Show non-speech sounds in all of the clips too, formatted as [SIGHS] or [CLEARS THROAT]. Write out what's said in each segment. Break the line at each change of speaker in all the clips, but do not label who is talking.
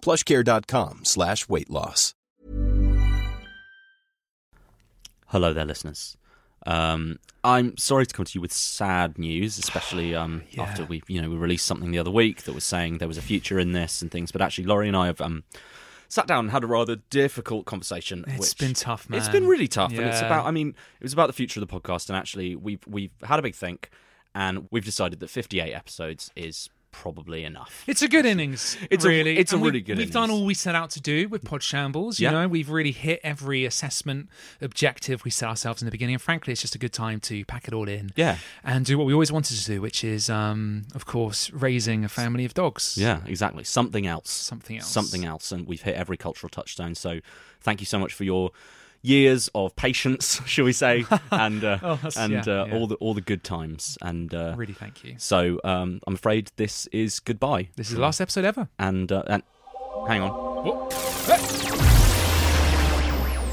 Plushcare.com slash weight loss.
Hello there, listeners. Um, I'm sorry to come to you with sad news,
[SIGHS]
especially um, after we, you know, we released something the other week that was saying there was a future in this and things. But actually, Laurie and I have um, sat down and had a rather difficult conversation.
It's
which,
been tough,
It's
man.
been really tough, and it's
Yeah.
about. I mean, it was about the future of the podcast, and actually, we've we've had a big think, and we've decided that 58 episodes is probably enough.
It's a good innings.
It's a-
really.
it's a
And we-
really good
We've done
innings.
all we set out to do with Pod Shambles. You
Yeah.
know, we've really hit every assessment objective we set ourselves in the beginning. And frankly, it's just a good time to pack it all in.
Yeah.
And do what we always wanted to do, which is, um, of course, raising a family of dogs.
Yeah, exactly. Something else.
Something else.
Something else. And we've hit every cultural touchstone. So thank you so much for your years of patience, [LAUGHS] shall we
[LAUGHS]
say, and uh,
Oh, that's-
and
yeah,
uh,
yeah.
all the all the good times. And uh,
Really, thank you.
so um, I'm afraid this is goodbye.
This is the last episode ever.
And uh, and hang on.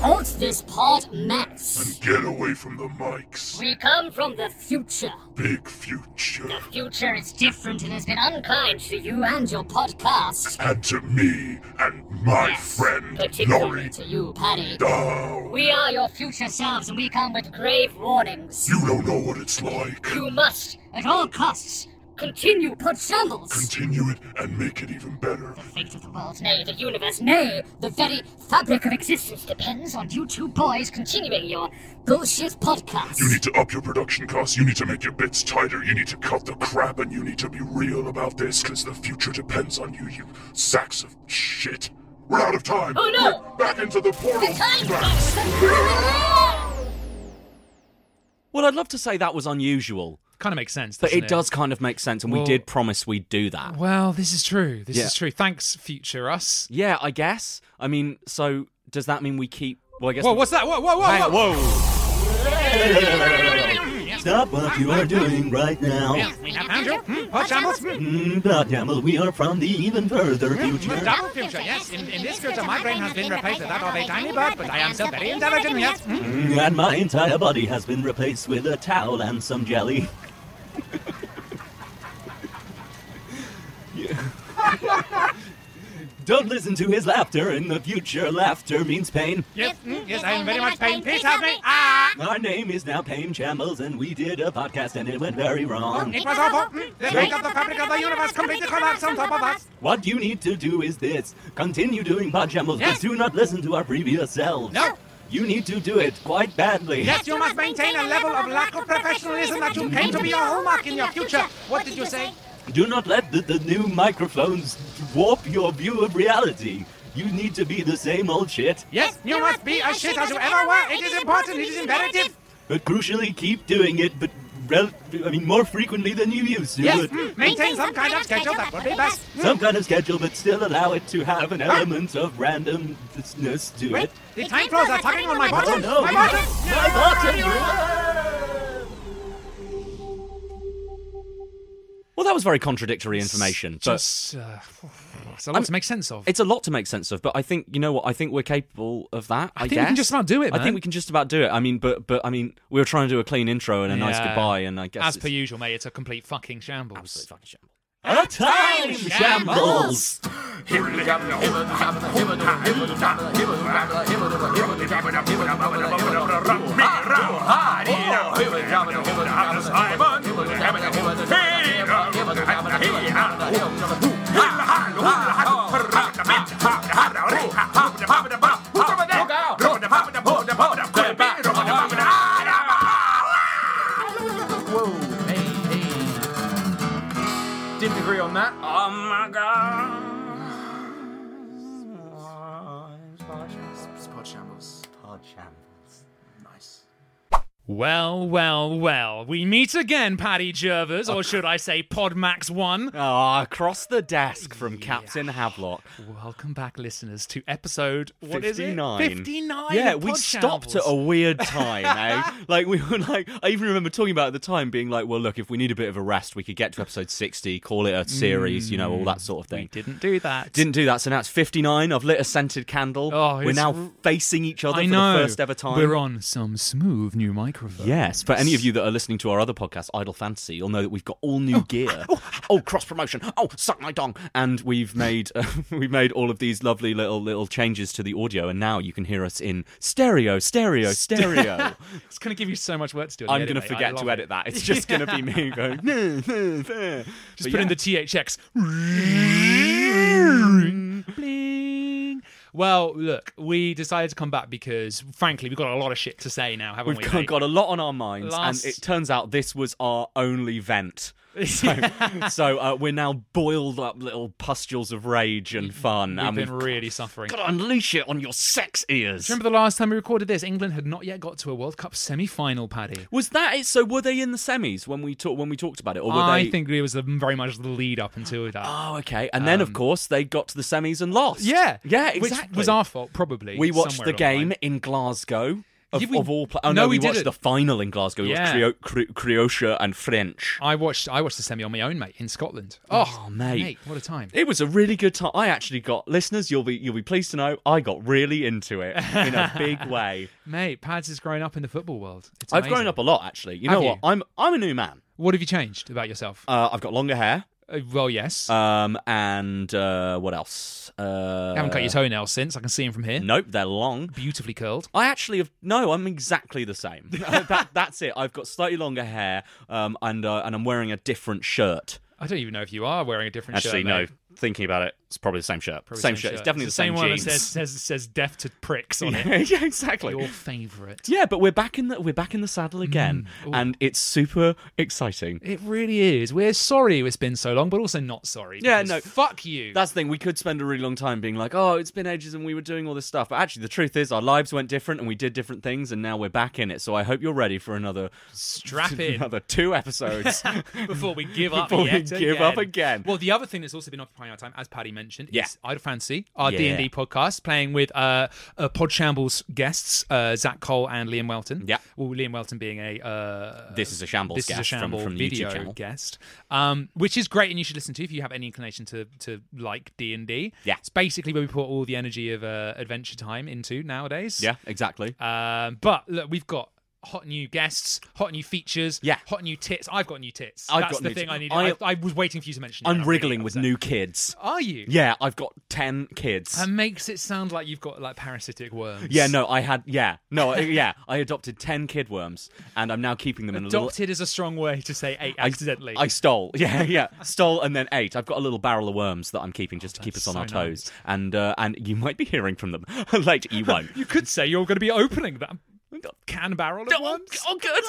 Halt this pod, Max.
Get away from the mics.
We come from the future.
Big future.
The future is different and has been unkind to you and your podcast.
And to me and my
Yes,
friend,
particularly
Laurie.
to you, Paddy.
Dow.
We are your future selves and we come with grave warnings.
You don't know what it's like.
You must, at all costs, continue Pod Shambles.
Continue it and make it even better.
the fate of the world, nay, the universe, nay, the very fabric of existence depends on you two boys continuing your bullshit podcast.
You need to up your production costs, you need to make your bits tighter, you need to cut the crap, and you need to be real about this, because the future depends on you, you sacks of shit. We're out of time!
Oh, no.
Quick, back into the portal!
The time
Max.
Well, I'd love to say that was unusual,
Kind of makes sense.
but
doesn't
it does kind of make sense. And we
Well-
did promise we'd do that.
Well, this is true. This
Yeah.
is true. Thanks, future us.
Yeah, I guess. I mean, so does that mean we keep? Well, I guess.
Whoa,
we-
what's that? Whoa, whoa, whoa,
Hang-
whoa.
Stop what you are doing right now.
We have Andrew. Hmm, Pod Shambles. Hmm.
Mm, Goddamn, we are from the even further future.
Double future, yes. In, in this future, my brain has been replaced with that of a tiny bird, but I am still very intelligent, yes. Hmm.
Mm, And my entire body has been replaced with a towel and some jelly. [LAUGHS] Don't listen to his laughter. In the future, laughter means pain.
Yes, mm, yes, I am very much pain. Please help me. Ah!
Our name is now Pain Chamels, and we did a podcast and it went very wrong.
It was awful. Mm, The break of the fabric of the universe completely collapsed on top of us.
What you need to do is this continue doing pod chamels,
Yes.
but do not listen to our previous selves.
No.
You need to do it quite badly.
Yes, you must maintain a level of lack of professionalism that you claim to be your hallmark in your future. What did you say?
Do not let the, the new microphones warp your view of reality. You need to be the same old shit,
Yes, you must be as shit as you ever were. It is important. It is imperative.
but crucially keep doing it, but rel- I mean more frequently than you used to.
Yes,
But
mm, maintain some kind of schedule. That would be best.
Some kind of schedule, but still allow it to have an element of randomness to
Wait,
it.
the time flows are tugging on my
Oh
bottom.
no!
My bottom.
My bottom!
Well, that was very contradictory information. But
Just, uh, it's a lot to make sense of.
It's a lot to make sense of, but I think you know what I think we're capable of that. I,
think we can
guess.
just about do it,
I
man.
think we can just about do it. I mean, but but I mean, we were trying to do a clean intro and a nice
Yeah.
goodbye, and I guess
As
it's
per usual, mate, it's a complete fucking shambles.
absolutely fucking shambles.
A time shambles!
Hey!
It's Pod Shambles. Nice.
Well, well, well. We meet again, Paddy Jervers, or should I say Podmax One.
Ah, across the desk from Captain Havelock.
Welcome back, listeners, to episode what is it?
59.
59
Yeah,
of
we
Pod
stopped at
Shambles.
a weird
[LAUGHS]
time, eh? Like, we were like, I even remember talking about it at the time being like, well, look, if we need a bit of a rest, we could get to episode 60, call it a
Mm,
series, you know, all that sort of thing.
Didn't do that.
Didn't do that, so now it's 59. I've lit a scented candle.
Oh,
we're
it's
now
r-
facing each other
I
for
know.
the first ever time.
We're on some smooth new microphones.
Yes, for any of you that are listening to our other podcast, Idle Fantasy, you'll know that we've got all new gear. Oh, cross promotion. Oh, suck my dong. And we've made we've made all of these lovely little little changes to the audio, and now you can hear us in stereo, stereo, stereo.
It's going to give you so much work to do. at the
I'm
edit,
gonna
mate. I
forget
love
to
it.
edit that. It's just gonna be me going. "Nah, nah, nah."
Just
But
put in
yeah.
the THX. Bling. Well, look, we decided to come back because, frankly, we've got a lot of shit to say now, haven't
We've
we?
got,
mate?
got a lot on our minds,
Last-
and it turns out this was our only
[LAUGHS]
vent. So, so uh, we're now boiled up little pustules of rage and fun.
We've
and
been
we've
really suffering.
gotta unleash it on your sex ears.
Remember the last time we recorded this? England had not yet got to a World Cup semi-final, Paddy.
Was that it? So were they in the semis when we talked when we talked about it, or were
I
they?
think it was the- very much the lead up until that.
Oh, okay. And then of course they got to the semis and lost.
Um, yeah,
yeah, exactly.
Which was our fault, probably.
We watched
somewhere
the
along line.
game in Glasgow. Of,
Did we-
of all, pla- oh
No,
no,
we
we, watched
didn't.
the final in Glasgow. We
Yeah.
watched Creo- Cre- Croatia and French.
I watched. I watched the semi on my own, mate, in Scotland. Oh,
Oh, mate.
what a time!
It was a really good time. I actually got listeners. You'll be you'll be pleased to know I got really into it in a
[LAUGHS]
big way.
Mate, Pads has grown up in the football world. It's
I've
amazing.
grown up a lot actually. You
Have
know what?
you?
I'm I'm a new man.
What have you changed about yourself?
Uh, I've got longer hair.
Uh, well, yes.
Um, and uh, what else? Uh,
I haven't cut your toenails since. I can see them from here.
Nope, they're long.
Beautifully curled.
I actually have no. I'm exactly the
[LAUGHS]
same. [LAUGHS] that, that's it. I've got slightly longer hair, um, and uh, and I'm wearing a different shirt.
I don't even know if you are wearing a different
Actually,
shirt.
no.
mate.
Thinking about it, it's probably the same shirt.
Probably
same, shirt. It's definitely the,
It's
same,
one
jeans.
that says, says says death to pricks on it.
yeah, yeah, [LAUGHS] exactly.
Your favourite.
Yeah, but we're back in the we're back in the saddle again, and it's super exciting.
It really is. We're sorry it's been so long, but also not sorry.
Yeah,
because
no.
Fuck you.
That's the thing. We could spend a really long time being like, "Oh, it's been ages, and we were doing all this stuff." But actually, the truth is, our lives went different, and we did different things, and now we're back in it. So I hope you're ready for another [LAUGHS]
strap in.
another two [LAUGHS] episodes.
before we give up
Before we
yet
give up again.
Well, the other thing that's also been occupying our time, as Paddy mentioned,
Yeah.
is Idle Fancy, our D
Yeah.
and D podcast, playing with uh, uh Pod Shambles guests, uh, Zach Cole and Liam Welton.
Yeah.
well, Liam Welton being a uh,
This is a shambles
this is a
guest from-
shamble
from the YouTube
video
channel.
guest, um, which is great, and you should listen to if you have any inclination to to like D and D.
Yeah.
it's basically where we put all the energy of uh, Adventure Time into nowadays.
yeah, exactly.
Um, but look, we've got hot new guests, hot new features,
Yeah.
hot new tits. I've got new tits.
I've
That's
got
the
new
thing
tits.
I needed. I,
I-
I, was waiting for you to mention. it, and
I'm
really
wriggling with
upset.
new kids.
Are you?
Yeah, I've got ten kids.
That makes it sound like you've got like parasitic worms.
yeah, no, I had yeah, no, I- yeah, I adopted ten kid worms, and I'm now keeping [LAUGHS] them in a little.
Adopted is a strong way to say eight
I-
accidentally.
I, stole. [LAUGHS] Yeah, yeah. Stole and then ate. I've got a little barrel of worms that I'm keeping just to keep us
that's
on our
so nice.
toes. And uh, and you might be hearing from them [LAUGHS] later. You won't.
[LAUGHS] you could say you're going to be opening that can barrel of worms.
Oh, good.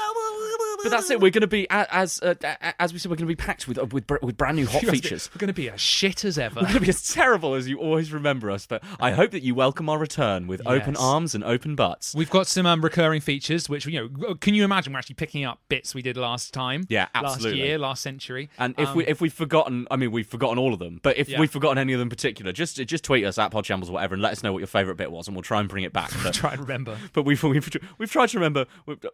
But that's it. We're going to be a- as uh, a- as we said. We're going to be packed with uh, with br- with brand new hot
[LAUGHS] You're gonna be-
features. [LAUGHS]
We're going to be as shit as ever.
We're going to be as terrible as you always remember us. But I hope that you welcome our return with open
Yes.
arms and open butts.
We've got some um, recurring features, which you know. Can you imagine? We're actually picking up bits we did last time.
Yeah, absolutely.
Last year, last century.
And if we if we've forgotten, I mean, we've forgotten all of them. But if
um, Yeah.
we've forgotten any of them in particular, just just tweet us at Podshambles or whatever, and let us know what your favourite bit was, and we'll try and bring it back. But,
[LAUGHS] try and remember.
but we've, we've we've tried to remember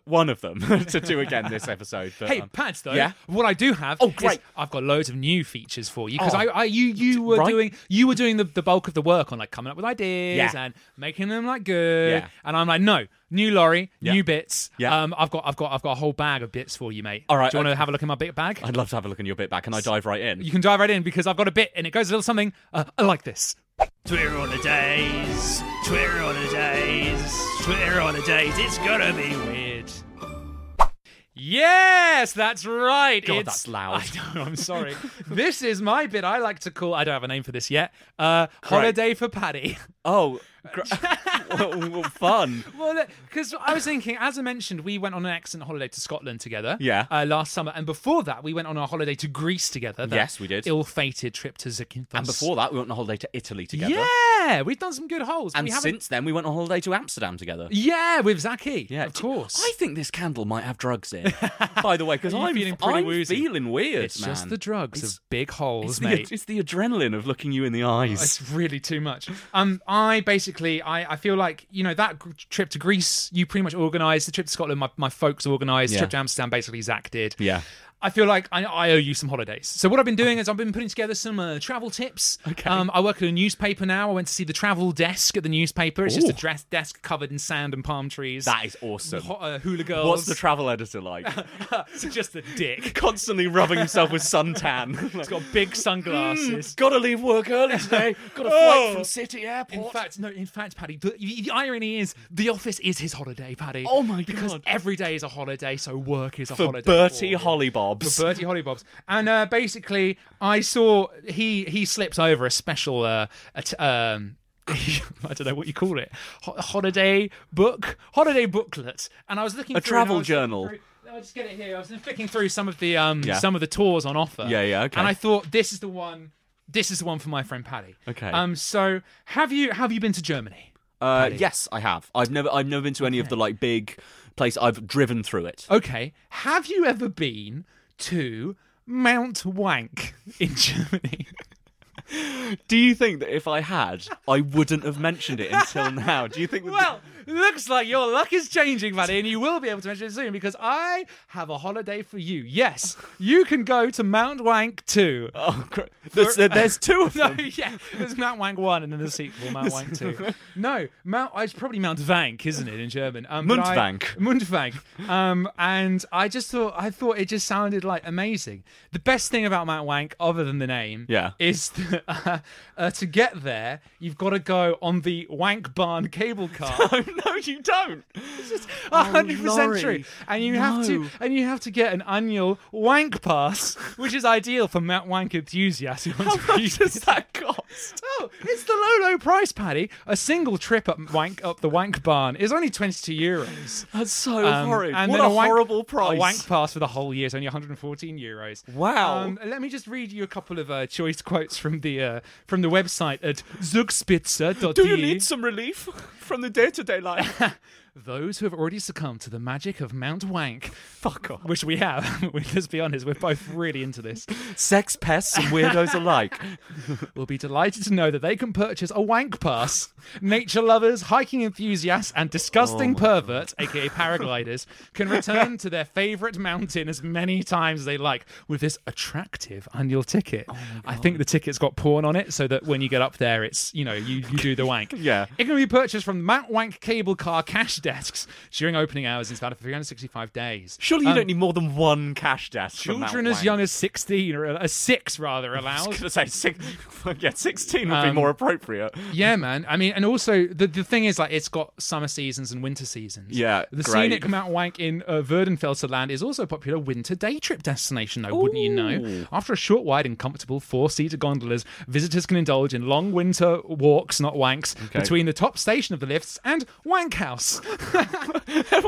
one of them [LAUGHS] to
[LAUGHS]
do again this episode. But,
Hey,
um,
Pads, though.
yeah.
What I do have.
Oh,
is
great.
I've got loads of new features for you because
Oh,
I, I, you, you were
right.
doing, you were doing the, the bulk of the work on like coming up with ideas
Yeah.
and making them like good.
Yeah.
And I'm like, no, new lorry,
Yeah.
new bits.
Yeah.
Um, I've got, I've got, I've got a whole bag of bits for you, mate.
All right,
Do you want
I-
to have a look in my big bag?
I'd love to have a look in your bit back, and I dive right in.
you can dive right in because I've got a bit and it goes a little something uh, like this.
Twitter holidays, Twitter holidays, Twitter holidays. It's gonna be weird.
Yes, that's right.
God,
It's-
that's loud.
I know, I'm sorry. [LAUGHS] this is my bit I like to call, I don't have a name for this yet, uh, Holiday for Paddy. [LAUGHS]
oh, well, well, fun.
Well, because I was thinking, as I mentioned, we went on an excellent holiday to Scotland together.
Yeah.
Uh, last summer, and before that, we went on our holiday to Greece together. that
Yes, we did.
Ill-fated trip to Zakynthos.
And before that, we went on holiday to Italy together.
yeah, we've done some good holes.
And
we haven't-
since then, we went on holiday to Amsterdam together.
yeah, with Zaki.
Yeah,
of
d-
course.
I think this candle might have drugs
[LAUGHS]
in. by the way, because
Are you
I'm
feeling pretty
I'm
woozy?
feeling weird,
it's
man.
just the drugs
It's-
of big holes,
It's [LAUGHS] the,
mate. Oh,
it's the adrenaline of looking you in the eyes.
It's really too much. Um, I basically, I, I feel like you know that gr- trip to Greece, you pretty much organised the trip to Scotland. My, my folks organised
Yeah.
trip to Amsterdam. Basically, Zach did.
Yeah.
I feel like I, I owe you some holidays. So what I've been doing is I've been putting together some uh, travel tips.
Okay.
Um, I work at a newspaper now. I went to see the travel desk at the newspaper. It's just a
Ooh.
dress desk covered in sand and palm trees.
That is awesome.
Ho- uh, hula girls.
What's the travel editor
[LAUGHS]
like?
just a dick.
Constantly rubbing himself with
[LAUGHS]
suntan.
It's got big sunglasses.
Mm. Gotta leave work [LAUGHS] early today. Got a flight from City Airport.
In fact, no. In fact, Paddy, the, the irony is the office is his holiday, Paddy.
Oh my
Because
God.
every day is a holiday, so work is a
for
holiday.
Bertie
for him.
Hollybobs.
For Bertie Hollybobs, and uh, basically, I saw he he slips over a special uh, a t- um. [LAUGHS] I don't know what you call it. Ho- holiday book, holiday booklet, and I was looking
A
through and I
travel
was looking
journal.
through- I just get it here. I was flicking through some of the um
Yeah.
some of the tours on offer.
Yeah, yeah, okay.
And I thought this is the one. This is the one for my friend Paddy.
Okay.
Um. So have you have you been to Germany?
Uh, yes, I have. I've never, I've never been to any of the like big place. I've driven through it.
Okay. Have you ever been to Mount Wank in [LAUGHS] Germany?
[GASPS] Do you think that if I had, I wouldn't have mentioned it until [LAUGHS] now? Do you think? that-
well, looks like your luck is changing, buddy, and you will be able to mention it soon because I have a holiday for you. Yes, you can go to Mount Wank too.
oh, cr- [LAUGHS] there's, there's two [LAUGHS] of
No,
them.
[LAUGHS] yeah, there's Mount Wank one and then the sequel, Mount Wank [LAUGHS] two. No, Mount it's probably Mount Vank, isn't it in German? Um, but I-
Mundvank.
Mundvank. Um, and I just thought I thought it just sounded like amazing. The best thing about Mount Wank, other than the name,
Yeah.
is [LAUGHS] that, uh, uh, to get there you've got to go on the Wank Barn cable [LAUGHS] car.
no, you don't. Oh,
hundred percent
Laurie,
true. And you have to
no.
and you have to get an annual wank pass, which is ideal for Mount Wank enthusiasts. Who want
[LAUGHS]
to use
does
it.
that cost?
Oh, it's the low low price, Paddy. A single trip up wank up the wank barn is only twenty two euros.
That's so
Um,
horrid.
And
what
then
a,
a wank,
horrible price.
A wank pass for the whole year is only 114 euros.
Wow.
Um, let me just read you a couple of uh, choice quotes from the uh, from the website at zugspitzer.de.
Do you need some [LAUGHS] relief from the day-to-day life?
Those who have already succumbed to the magic of Mount Wank. Fuck off. Which we have. [LAUGHS] We- Let's be honest, we're both really into this.
Sex pests and weirdos alike.
We'll be delighted to know that they can purchase a wank pass. Nature lovers, hiking enthusiasts, and disgusting perverts, aka paragliders, can return to their favorite mountain as many times as they like with this attractive annual ticket. I think the ticket's got porn on it so that when you get up there, it's, you know, you, you do the wank.
Yeah.
It can be purchased from Mount Wank cable car cash desks during opening hours in about 365 days.
Surely you
Um,
don't need more than one cash desk. for Mount
Children as
Wang.
young as 16 or a six rather
[LAUGHS]
allowed.
I was gonna say six, [LAUGHS] yeah, sixteen would be
Um,
more appropriate.
[LAUGHS] Yeah, man. I mean, and also the, the thing is, like, it's got summer seasons and winter seasons.
Yeah,
the
great.
scenic Mount Wank in uh, Verdenfelser land is also a popular winter day trip destination, though, wouldn't you know? After a short, wide, and comfortable four-seater gondolas, visitors can indulge in long winter walks, not wanks, between the top station of the lifts and Wank House,
[LAUGHS]
[LAUGHS]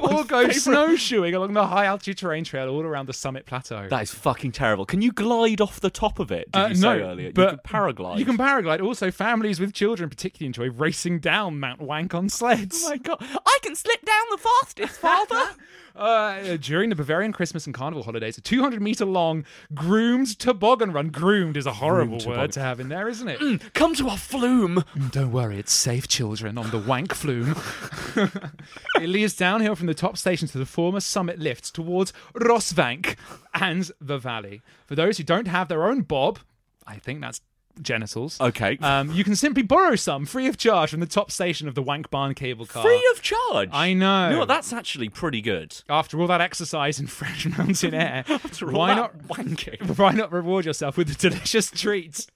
or go snowshoeing along the high altitude terrain trail all around the summit plateau.
That is fucking terrible. Can you glide off the top of it? Did
Uh,
you say
no,
earlier?
but
you can paraglide.
You can paraglide. Also, families with children particularly enjoy racing down Mount Wank on sleds.
[LAUGHS] Oh my god! I can slip down the fastest, Father.
[LAUGHS] Uh, during the Bavarian Christmas and Carnival holidays, a 200 meter long groomed toboggan run. Groomed is a horrible word to have in there,
[CLEARS THROAT]
isn't it? Mm,
Come to our flume.
Don't worry, it's safe, children, on the wank flume. [LAUGHS] it leads downhill from the top station to the former summit lifts towards Rosvank and the valley. For those who don't have their own bob, I think that's genitals.
Okay.
Um, you can simply borrow some free of charge from the top station of the Wank Barn cable car.
Free of charge.
I know.
You know what, that's actually pretty good.
After all that exercise in fresh mountain air,
[LAUGHS] After all
why
that
not [LAUGHS] Why not reward yourself with a delicious treat?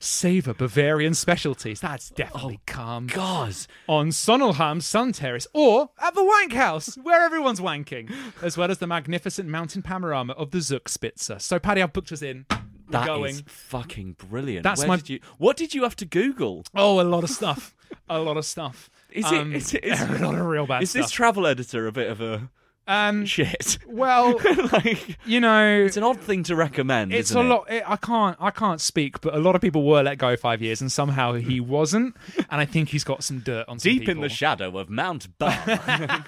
Savor Bavarian specialties. That's definitely calm.
[LAUGHS] Oh, God.
On Sonnelheim Sun Terrace or at the Wank House, where everyone's wanking, as well as the magnificent mountain panorama of the Zuckspitzer. So, Paddy, I've booked us in. We're
that is
going.
fucking brilliant.
That's
Where
my-
Did you, what did you have to Google?
Oh, a lot of stuff. a lot of stuff.
Is
Um,
it? Is it?
[LAUGHS]
Is,
there are a lot of real bad
is
stuff.
this travel editor a bit of a
um,
shit?
well,
[LAUGHS] like,
you know,
it's an odd thing to recommend.
it's
isn't
a
it?
lot. It, I can't. I can't speak. But a lot of people were let go five years, and somehow he wasn't. And I think he's got some dirt on some
Hmm. Deep in the
people.
shadow of [LAUGHS] Mount Bar.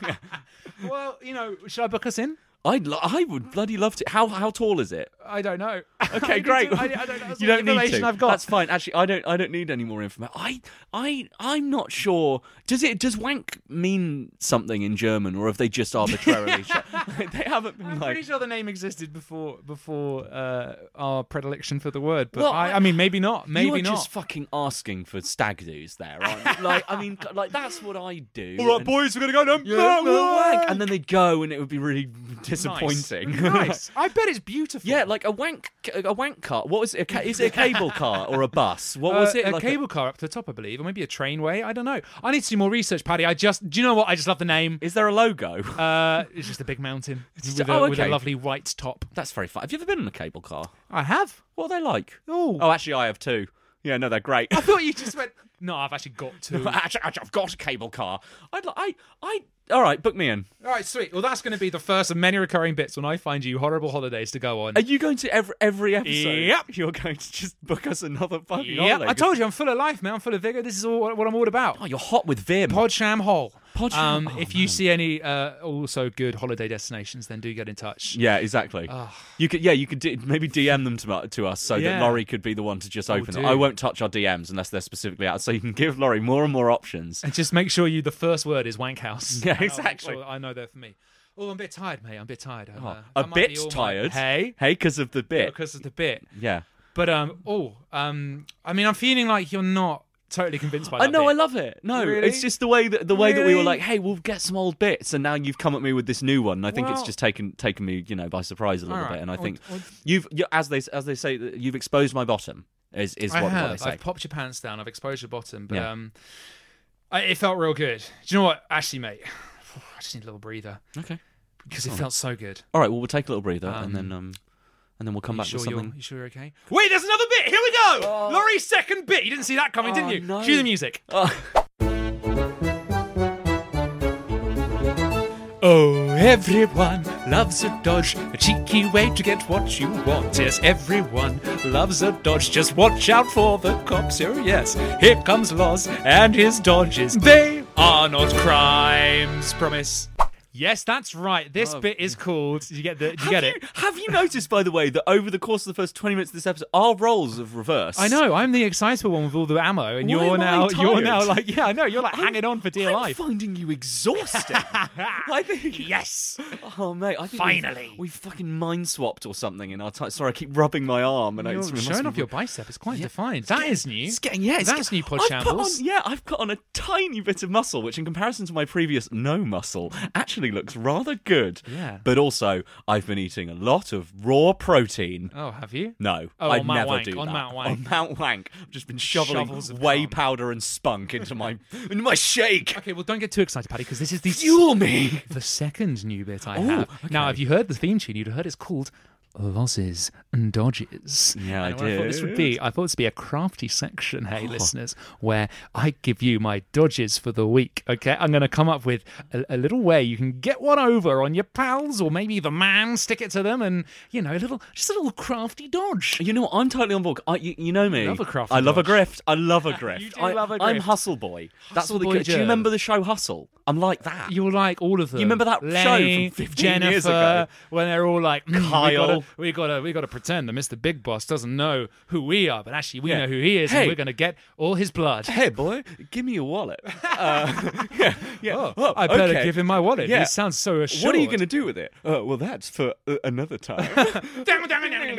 Well, you know, should I book us in?
I'd, lo- I would bloody love to. How how tall is it?
I don't know. [LAUGHS] I
Okay,
need
great.
to- I,
[LAUGHS]
I don't know. That's
you
all
don't
the
need
information
to.
I've got.
That's fine. Actually, I don't. I don't need any more information. I, I, I'm not sure. Does it? Does wank mean something in German, or have they just
[LAUGHS]
arbitrarily? sh- [LAUGHS] they haven't been
I'm
like.
pretty sure the name existed before before uh, our predilection for the word, but
Well,
I,
I-
I mean, maybe not. Maybe
You're
not.
just fucking asking for stag do's there. Aren't you? like, I mean, like that's what I do.
[LAUGHS]
and-
boys, we're gonna go to
Yeah, well, wank. And then they'd go, and it would be really disappointing.
[LAUGHS] Nice. I bet it's beautiful.
Yeah, like a wank, a wank cart. What was it? A ca- is it a
[LAUGHS]
cable car or a bus? What was
Uh,
it?
A
Like
cable car up to the top, I believe, or maybe a trainway. I don't know. I need to do more research, Paddy. I just, do you know what? I just love the name.
Is there a logo?
Uh, it's just a
[LAUGHS]
big mountain with, a,
oh,
with a
okay.
lovely white top.
[LAUGHS] That's very fun. Have you ever been in a cable car?
I have.
What are they like?
Oh.
Oh, actually, I have two. Yeah, no, they're great. [LAUGHS]
I thought you just went. No, I've actually got two. All
actually, actually, I've got a cable car. I'd like, I, I, all right, book me in.
right, sweet. Well, that's going to be the first of many recurring bits when I find you horrible holidays to go on.
Are you going to every every episode?
Yep.
[LAUGHS] You're going to just book us another fucking
Yeah,
holiday?
I told you I'm full of life, man. I'm full of vigor. This is all what I'm all about.
Oh, you're hot with Vim.
Podsham Hole.
Podsham-
Um,
oh,
if you see any uh, also good holiday destinations, then do get in touch.
yeah, exactly. You could, yeah, you could d- maybe DM them to, to us so
Yeah.
that Laurie could be the one to just open
do.
it. I won't touch our DMs unless they're specifically out, so you can give Laurie more and more
[LAUGHS]
options.
And just make sure you the first word is wank house.
[LAUGHS] Yeah,
And I'll make
exactly. Oh,
sure that I know that for me. Oh, I'm a bit tired, mate. I'm a bit tired. I'm, uh,
a
that might be
bit
all my-
tired.
Hey,
hey, because of the bit.
because of the bit.
yeah.
But um, oh, um, I mean, I'm feeling like you're not totally convinced by
I
that.
know,
bit.
I love it. No,
Really?
it's just the way that the way that we were
Really?
like, hey, we'll get some old bits, and now you've come at me with this new one. And I think
Well-
it's just taken taken me, you know, by surprise a little
Alright,
bit. And I
I'll-
think
I'll-
you've you, as they as they say, you've exposed my bottom. Is is what,
I
what they
have.
say.
I've popped your pants down. I've exposed your bottom, but
Yeah.
um, I, it felt real good. Do you know what? Actually, mate, [SIGHS] I just need a little breather
okay.
because
Oh.
it felt so good.
All right. Well, we'll take a little breather, and then um, and then we'll come
You
back
sure,
with
you're,
something.
you sure you're okay? Oh. Wait, there's another bit. Here we go. Laurie's second bit. You didn't see that coming, didn't
Oh,
you?
no.
Cue the music.
Oh.
[LAUGHS] Oh, everyone loves a dodge, a cheeky way to get what you want. Yes, everyone loves a dodge. Just watch out for the cops. Oh, yes, here comes Loz and his dodges. They are not crimes. Promise. Yes, that's right. This bit is called. Did you get the? Did Oh.
have
you get
you,
it?
Have you noticed, by the way, that over the course of the first twenty minutes of this episode, our roles have reversed?
I know. I'm the excitable one with all the ammo, and
Why
you're
am I
now you're
tired?
now like yeah, I know. You're like
I'm-
hanging on for dear
I'm
life.
finding you
[LAUGHS]
exhausting. I think
Yes.
Oh mate, I think
Finally.
we fucking mind swapped or something in our time. Sorry, I keep rubbing my arm and I
You're
it's, it must
showing
be-
off your bicep. It's quite defined. That is new.
It's getting yeah, it's
that's
get-
new. Pod
I've put on,
shambles.
yeah, I've put on a tiny bit of muscle, which in comparison to my previous no muscle actually looks rather good.
Yeah.
But also, I've been eating a lot of raw protein.
Oh, have you?
No,
Oh,
I'd
on Mount
never
Wank,
do
on
that.
Mount Wank.
On Mount Wank, I've just been shoveling
Shovels of
whey
cum.
powder and spunk into my into my shake.
Okay, well, don't get too excited, Paddy, because this is the
Fuel me.
the second new bit I
Oh,
have. Now,
okay.
if you heard the theme tune, you'd have heard it's called Losses and Dodges.
Yeah,
and
I Oh.
what I thought this would be, I thought this would be a crafty section, hey, listeners, where I give you my dodges for the week, okay? I'm going to come up with a, a little way you can get one over on your pals or maybe the man, stick it to them, and, you know, a little, just a little crafty dodge.
You know, what? I'm totally on board. I, you, you know me.
Love a crafty
I love a
dodge.
grift. I love a grift.
[LAUGHS] You do
I,
love a
I'm
grift.
hustle boy. That's
Hustle
what they call-
boy
Do you
German.
remember the show Hustle? I'm like that. [LAUGHS]
You're like all of them.
remember that show
Lenny,
from 15
Jennifer,
years ago?
when they're all like, "Mm, we
Kyle.
gotta, we gotta, we gotta pretend that Mr. Big Boss doesn't know who we are, but actually we
Yeah.
know who he is, and
Hey.
we're gonna get all his blood."
hey boy, give me your
[LAUGHS]
wallet. Uh, yeah, yeah.
Oh,
Oh,
I better
okay.
give him my wallet.
Yeah.
He sounds so assured.
What are you going to do with it? Uh, well, that's for uh, another
[LAUGHS]
time. [LAUGHS]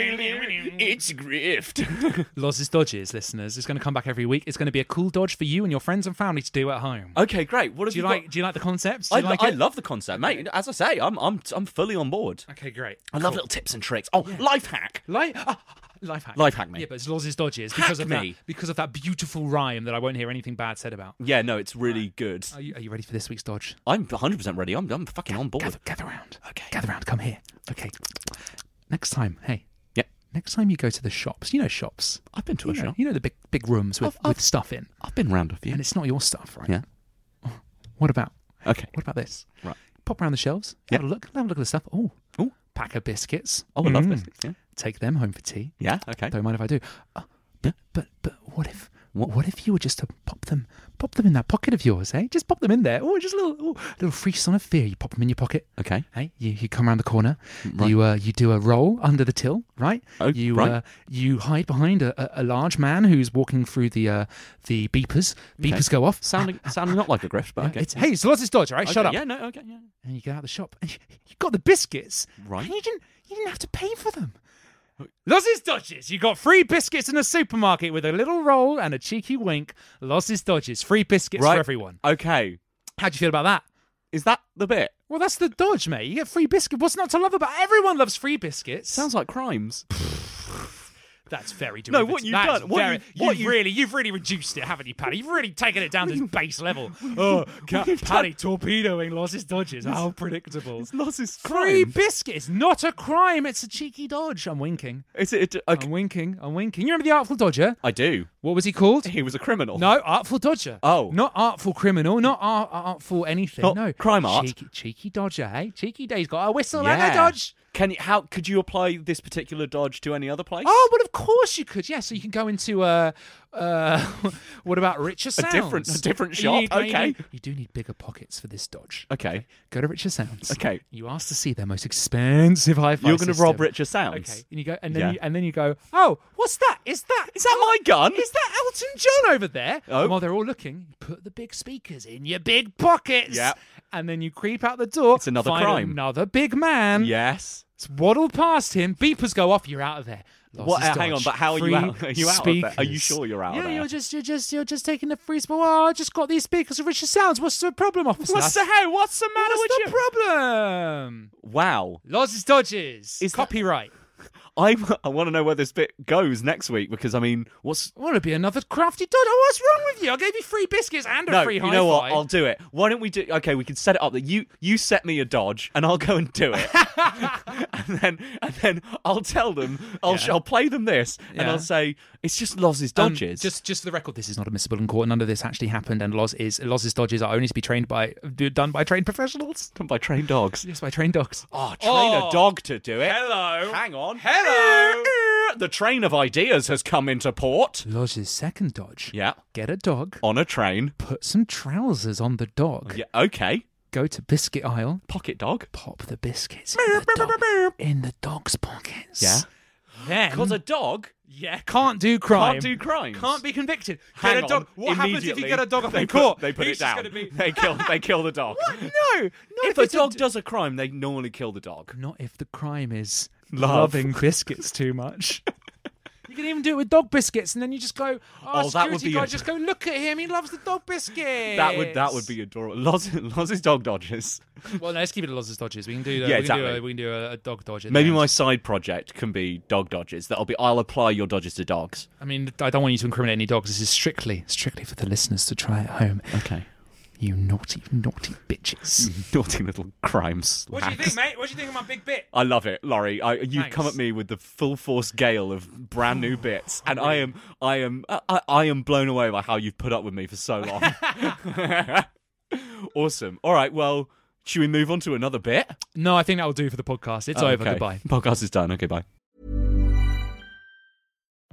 it's
[LAUGHS]
grift.
Loz's dodges, listeners. It's gonna come back every week. It's gonna be a cool dodge for you and your friends and family to do at home.
okay, great. What have
do you
got-
like? Do you like the concept? Do
I,
you like
I
it?
love the concept, mate. As I say, I'm I'm I'm fully on board.
Okay, great.
I love little tips and tricks. Oh, life hack.
Life, ah, life hack.
Life hack me.
Yeah, but it's Loz's dodges because
Hack
of that.
me.
Because of that beautiful rhyme that I won't hear anything bad said about.
Yeah, no, it's really good.
Are you, are you ready for this week's dodge?
I'm 100% ready. I'm, I'm fucking on board.
Gather, gather round. Okay. Gather round. Come here. Okay. Next time. Hey.
Yeah.
Next time you go to the shops, you know shops.
I've been to
You
a
know,
shop.
You know the big big rooms with,
I've- I've-
with stuff in,
I've been round a few.
and it's not your stuff, right? Oh,
Yeah.
What about
Okay.
what about this?
Right.
Pop around the shelves, have a look, have a look at the stuff. Oh,
Ooh.
pack of biscuits.
Oh, I love
Mm.
biscuits. Yeah.
Take them home for tea.
Yeah. Okay.
Don't mind if I do. Uh,
Yeah.
but, but but what if what, what if you were just to pop them pop them in that pocket of yours, eh? Just pop them in there. Oh, just a little oh, little free son of fear. You pop them in your pocket.
Okay.
Hey, you, you come around the corner. You uh, you do a roll under the till, right?
Oh,
you
right.
Uh, you hide behind a, a, a large man who's walking through the uh, the beepers. Beepers go
[LAUGHS]
off. Uh,
Sounding sounding not like a grift, but okay.
It's, hey, it's lots of dodge, all right?
Okay,
Shut up.
Yeah. No. Okay. Yeah.
And you go out the shop and [LAUGHS] you, you got the biscuits.
Right. Oh.
And you didn't you didn't have to pay for them. Losses Dodges. You got free biscuits in a supermarket with a little roll and a cheeky wink. Losses Dodges. Free biscuits
Right.
for everyone.
Okay.
How do you feel about that?
Is that the bit?
Well, that's the dodge, mate. You get free biscuit. What's not to love about? Everyone loves free biscuits.
Sounds like [LAUGHS] crimes.
That's very
No,
derivative.
what you've
That is
done- what
very-
you've- what
you've
you've-
really, you've really reduced it, haven't you, Paddy? You've really taken it down to its
[LAUGHS]
base level. Oh, ca-
you've
Paddy torpedoing losses dodges. How predictable!
Losses.
Free biscuit is not a crime. It's a cheeky dodge. I'm winking.
Is it? a-
I'm
okay.
winking. I'm winking. You remember the Artful Dodger?
I do.
What was he called?
He was a criminal.
No, Artful Dodger.
Oh.
Not Artful Criminal, not ar- Artful anything.
Not
no.
crime art.
Cheeky, cheeky Dodger, hey? Cheeky day. He's got a whistle and
Yeah.
a dodge.
Can you? How could you apply this particular dodge to any other place?
Oh, but of course you could. Yeah, so you can go into uh, uh, [LAUGHS] what about richer sounds?
different- a different
You
shop,
need- no, you
okay.
need- you do need bigger pockets for this dodge.
Okay.
Go to richer sounds.
Okay.
You ask to see their most expensive hi-fi.
You're going to rob
system.
Richard Sounds.
Okay, and you go, and then
Yeah.
you, and then you go. Oh, what's that? Is that
Is that my gun?
Is that Elton John over there?
Oh.
And while they're all looking, you put the big speakers in your big pockets.
Yeah.
And then you creep out the door.
It's another
find
crime.
Another big man.
Yes.
Waddle past him. Beepers go off. You're out of there. Lost
What?
his
uh, hang on,
dodge.
but how are
Free
you out? [LAUGHS] Are you out of there? Are you
speakers.
sure you're out
Yeah,
of there?
you're just, you're just, you're just taking the free spot. Oh, I just got these speakers of Richard Sounds. What's the problem, officer?
What's the hey? What's the matter
What's
with
the
you?
problem?
wow.
Lost his dodges.
Is that-
copyright?
I, I want to know where this bit goes next week because I mean, what's
Well, it'd be another crafty dodge. Oh, what's wrong with you? I gave you free biscuits and a
no?
free Um,
You
high
know what? I'll do it. Why don't we do? Okay, we can set it up that you you set me a dodge and I'll go and do
[LAUGHS]
it, and then and then I'll tell them I'll sh I'll play them this and
Yeah.
I'll say it's just Loz's
Um,
dodges.
just, just for the record, this is not admissible in court. None of this actually happened, and Loz is Loz's dodges are only to be trained by done by trained professionals.
done by trained dogs.
Yes, by trained dogs.
Oh, train a dog to do it. Hello. Hang on. Hello. [LAUGHS] The train of ideas has come into port.
Loz's second dodge.
Yeah.
Get a dog.
On a train.
Put some trousers on the dog.
Yeah, okay.
Go to biscuit aisle.
Pocket dog.
Pop the biscuits in the,
[LAUGHS]
dog, in the dog's pockets.
Yeah.
Then
Because a dog
yeah, can't do crime.
can't do crimes.
Can't be convicted.
Hang
get a dog.
on.
What happens if you
Immediately,
get a dog off
they
in
put-
court?
They put
He's
it
just
down.
gonna be-
They kill. They kill the dog. [LAUGHS]
What? No. Not
If
if,
a
it's
dog does a crime, they normally kill the dog.
Not if the crime is
Love.
loving biscuits
[LAUGHS]
too much. You can even do it with dog biscuits, and then you just go, "Oh,
Oh,
security
that would be
guy,
a-
just go look at him. He loves the dog biscuits."
That would that would be adorable. Loz, Loz's dog dodges.
Well, no, let's keep it at lots of dodges. We can do. Uh,
Yeah,
we can do
exactly.
a- we can do a, a dog dodge. at the
Maybe
end.
my side project can be dog dodges. That'll be. I'll apply your dodges to dogs.
I mean, I don't want you to incriminate any dogs. This is strictly, strictly for the listeners to try at home.
Okay. Mm-hmm.
You naughty, naughty
[LAUGHS]
bitches.
Naughty little crimes. slacks.
mate? What do you think of my big bit?
I love it, Laurie. I, you've come
Thanks.
at me with the full force gale of brand new bits, and I am, I am, I- I, I am blown away by how you've put up with me for so
[LAUGHS]
long. [LAUGHS] awesome. All right. Well, should we move on to another bit?
No, I think that will do for the podcast. It's
Oh,
over.
okay. [LAUGHS]
Goodbye.
Podcast is done. Okay. Bye.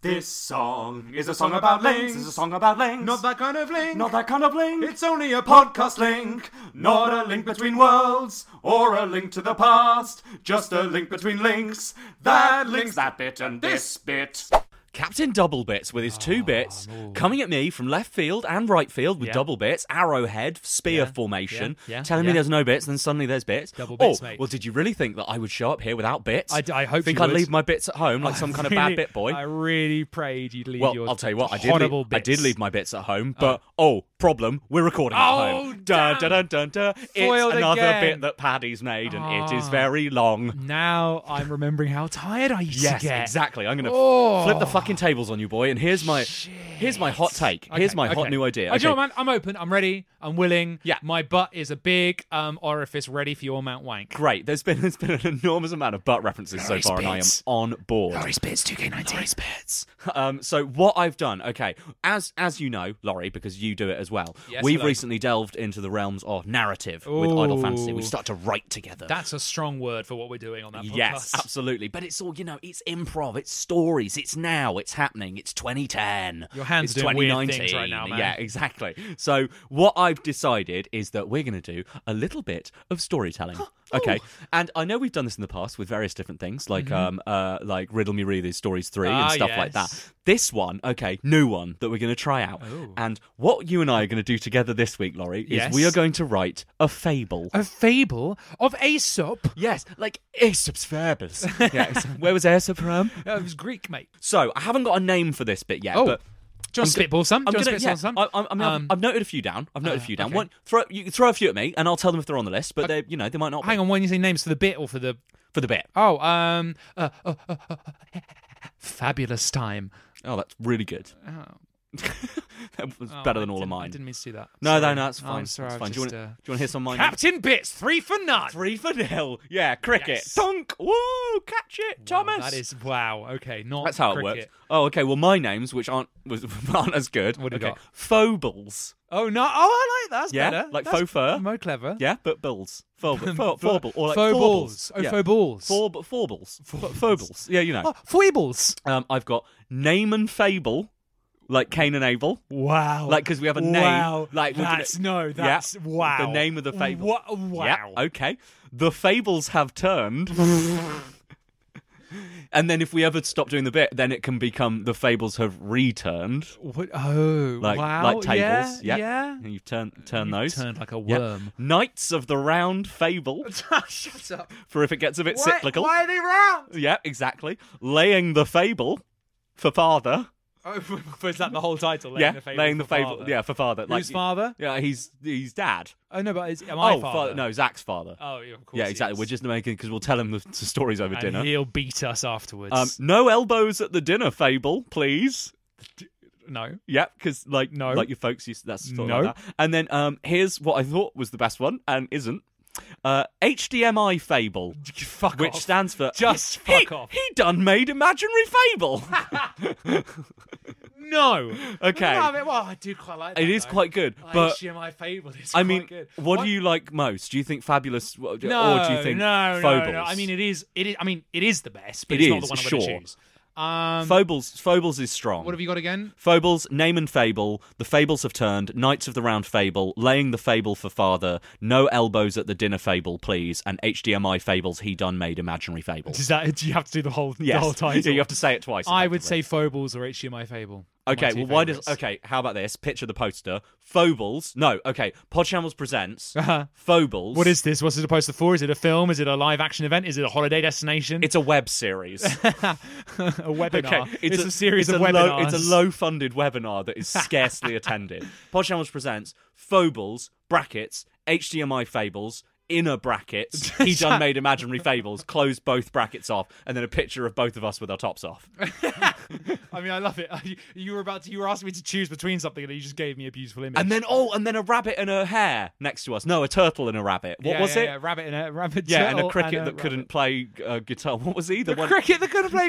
This song is a song about links. It's a song about links.
Not that kind of link.
Not that kind of link.
It's only a podcast link.
Not a link between worlds or a link to the past. Just a link between links. That links that bit and this bit.
Captain Double Bits with his two bits coming at me from left field and right field with
Yeah.
double bits, arrowhead, spear formation,
yeah, yeah,
telling
yeah.
me there's no bits, and then suddenly there's bits.
Double bits,
oh,
mate.
well, did you really think that I would show up here without bits?
I, I hope
think
you
I'd
would.
leave my bits at home like
[LAUGHS] I
some kind of
really-
bad bit boy.
I really prayed you'd leave your
well, I'll tell you what, I did.
horrible
Leave, I did
bits.
leave my bits at home, but oh, problem, we're recording at
Oh,
home. Dun, dun, dun, dun, dun.
Foiled
It's another
again.
bit that Paddy's made, and it is
Ah.
very long.
Now I'm remembering how tired I used
Yes,
to get.
exactly. I'm gonna
Oh.
flip the fucking tables on you, boy. And here's my here's my hot take. Here's
Okay,
my hot
okay.
new idea.
Oh, do you know
Okay.
what, man? I'm open. I'm ready. I'm willing.
Yeah.
My butt is a big um, orifice ready for your Mount Wank.
Great. There's been [LAUGHS] there's been an enormous amount of butt references
Nice
so far, and I am
bits.
on board.
Spitz 2K19.
Spitz. Um, so what I've done, okay, as as you know, Laurie, because you do it as well,
Yes,
we've
hello.
recently delved into the realms of narrative with Idle Fantasy. We
Ooh.
start to write together.
That's a strong word for what we're doing on that podcast.
Yes, absolutely. But it's all, you know, it's improv, it's stories, it's now, it's happening, it's 2010.
Your hand's
it's
doing weird things right now, man.
Yeah, exactly. So, what I've decided is that we're going to do a little bit of storytelling. [GASPS] Okay, and I know we've done this in the past with various different things, like um, uh, like Riddle Me Reader's Stories Three and
Mm-hmm. Ah,
stuff like
yes. Oh.
that. This one, okay, new one that we're going to try out, and what you and I are going to do together this week, Laurie, is
Yes.
we are going to write a fable.
A fable of Aesop.
Yes, like Aesop's Fables.
[LAUGHS]
yes. Where was Aesop from?
Uh, it was Greek, mate.
So I haven't got a name for this bit yet.
Oh,
but
do you want to spitball some?
I'm
Do you want to
gonna-
spitball
yeah,
some?
I, I, I mean, I've-
Um,
I've noted a few down. I've noted a
uh,
few down.
okay.
One, throw you can throw a few at me, and I'll tell them if they're on the list. But they, you know, they might not. Be
Hang on, when you say names for the bit or for the.
for the bit.
Oh, um. Uh, uh, uh, uh, uh, fabulous time.
Oh, that's really good.
Oh,
[LAUGHS] that was
oh,
better
I
than all of
didn't-
mine.
I didn't mean to do that.
No, no,
Sorry.
no, that's
Oh,
fine.
I'm sorry.
that's
I've
fine. Do you
just,
want
uh,
to hear some of mine? [LAUGHS]
Captain Bits, three for none.
Three for nil. Yeah, cricket.
Yes.
Dunk. Woo! Catch it, Thomas.
That is wow. Okay, not
That's how
cricket.
it works. Oh, okay. Well, my names, which aren't [LAUGHS] was, aren't as good.
What do you
okay.
got?
Fobles.
Oh no! Oh, I like that. That's
Yeah,
better.
like
That's
faux fur.
More clever.
Yeah, but bills.
[LAUGHS]
Foble. Fo- foble. Or like
Faux balls.
foibles.
Oh,
yeah.
faux balls.
Four,
[LAUGHS]
foibles. Fo- Foibles. Yeah, you know.
Oh, foibles.
Um, I've got name and fable, like Cain and Abel.
Wow.
Like, because we have a name.
Wow.
Like, we're gonna-
that's no.
Yeah,
That's wow.
The name of the fable. Oh,
Wha-
Yeah,
wow.
okay. The fables have
[LAUGHS]
turned. and then if we ever stop doing the bit, then it can become the fables have returned.
What- oh.
Like,
wow.
like tables. Yeah.
Yeah. yeah.
And you've turned, turned
You've
those.
turned like a
Yeah. [LAUGHS]
worm.
Knights of the Round Fable,
[LAUGHS] Shut up.
for if it gets a bit cyclical.
Why are they round?
Yeah, exactly. Laying the Fable for father.
[LAUGHS] Oh, is that the whole title? Laying
yeah,
the fable.
laying the
for
Fable.
father?
Yeah, for father. Like,
Whose father?
Yeah, he's he's dad.
Oh no, but is, am
oh,
I father?
no, Zach's father.
Oh, yeah, of course.
yeah,
he
exactly.
is.
We're just making because we'll tell him the, the stories over
and
dinner.
He'll beat us afterwards.
Um, no elbows at the dinner, Fable, please.
no. [LAUGHS]
Yeah, because like
No.
like your folks used that's sort
No.
of like that. And then um, here's what I thought was the best one and isn't. Uh, HDMI Fable,
Fuck
which
off.
stands for
Just
[LAUGHS] He-
fuck off.
He done made imaginary
[LAUGHS]
fable.
No.
Okay.
No, I mean, well, I do quite like that.
It is
though.
quite good,
Oh,
but-
HDMI Fable is
I
quite
mean,
good.
what do you like most? Do you think fabulous, w-
No,
or do you think
no, no,
Fobles?
no, I mean, it is. It is. I mean, it is the best, but
It
it's not the
is,
one I'm
sure.
going to choose. Um,
Fobles, Fobles is strong.
what have you got again?
Fobles, Name and Fable, The Fables Have Turned, Knights of the Round Fable, Laying the Fable for Father, No Elbows at the Dinner Fable, Please, and HDMI Fables, He Done Made Imaginary Fable.
Does that? Do you have to do the whole
[LAUGHS] Yes.
the whole title?
Yeah, [LAUGHS] you have to say it twice.
I would
effectively.
say Fobles or HDMI Fable. are my
Okay,
two
well, why does.
favourites.
Okay, how about this? Picture the poster. Fobles. No, okay. Podshambles presents.
Uh-huh.
Fobles.
What is this? What's it supposed to for? Is it a film? Is it a live action event? Is it a holiday destination?
It's a web
[LAUGHS]
series.
a webinar.
Okay,
It's, a, series
it's
of
a
webinars.
Low, it's a low-funded webinar that is
[LAUGHS]
scarcely attended. Podchannels presents Fobles brackets HDMI Fables inner brackets,
[LAUGHS]
he done made imaginary fables, closed both brackets off, and then a picture of both of us with our tops
[LAUGHS]
off.
I mean, I love it. [LAUGHS] You were about to, you were asking me to choose between something, and you just gave me a beautiful image.
And then oh, and then a rabbit and a hare next to us. No, a turtle and a rabbit. What
yeah,
was
yeah,
it?
Yeah, rabbit and a rabbit.
Yeah, and a
turtle
cricket
and
that
[LAUGHS]
couldn't play uh, guitar. What was he? The,
rabbit.
one.
cricket that couldn't play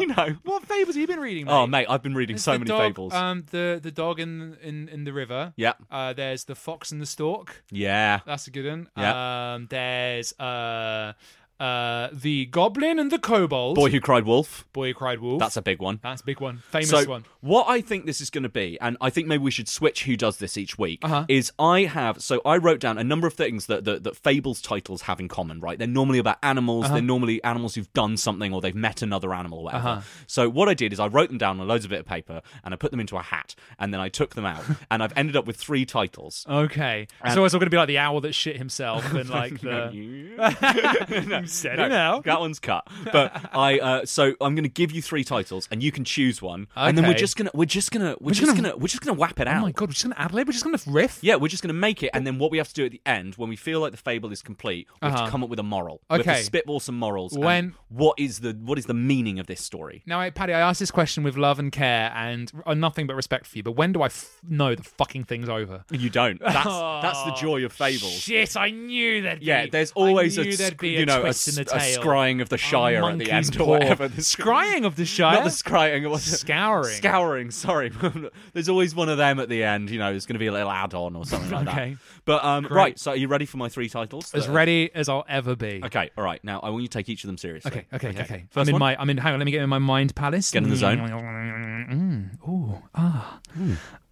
[LAUGHS] You know.
what fables have you been reading? Mate?
Oh mate, I've been reading
There's
so
the
many
dog,
fables.
Um, the the dog in in in the river.
Yeah.
Uh, there's the fox and the stork.
yeah.
That's a good one.
Yeah.
Um, there's uh. Uh, the Goblin and the Kobold.
Boy who cried wolf.
Boy Who Cried Wolf.
That's a big one.
That's a big one. Famous
so
one.
what I think this is going to be, and I think maybe we should switch who does this each week,
Uh-huh.
is I have so I wrote down a number of things that that, that fables titles have in common. Right, they're normally about animals.
Uh-huh.
They're normally animals who've done something or they've met another animal or whatever.
Uh-huh.
So what I did is I wrote them down on loads of bit of paper and I put them into a hat and then I took them
[LAUGHS]
out and I've ended up with three titles.
Okay. so it's all going to be like the owl that shit himself and
[LAUGHS]
like the. [LAUGHS] you said it now.
That one's cut.
[LAUGHS]
But I uh, so I'm going to give you three titles, and you can choose one, and then we're
Okay.
just gonna we're just gonna we're, just gonna, we're just gonna whap it
Oh
out.
my god, we're just going to ad lib? We're just going to riff?
Yeah, we're just gonna make it, and then what we have to do at the end, when we feel like the fable is complete, we have to come up with a moral. We have
Uh-huh. Okay.
to spitball some morals. and
When-
what is the what is the meaning of this story?
Now, I- Paddy, I asked this question with love and care and uh, nothing but respect for you, but when do I f- know the fucking thing's over?
You don't.
[LAUGHS]
That's that's the joy of fables.
Oh, Shit, I knew there'd be.
Yeah, there's always
I
a
knew there'd
sc-
be
you know a
twist
s-
in the
a
tail.
scrying of the
A
Shire at the
monkey's
end or
paw.
whatever.
[LAUGHS]
The sc-
scrying of the Shire,
[LAUGHS] Not the scrying. What's it?
Scouring.
Scouring. Sorry, [LAUGHS] there's always one of them at the end. You know, there's going to be a little add-on or something like
[LAUGHS] Okay.
that. But um,
Great.
right. So, are you ready for my three titles?
as
Uh,
ready as I'll ever be.
Okay. All right. Now, I want you to take each of them seriously.
Okay, okay, okay.
First
I'm in
one.
my. I'm in. Hang on. Let me get in my mind palace.
Get in the zone.
Mm, oh, ah,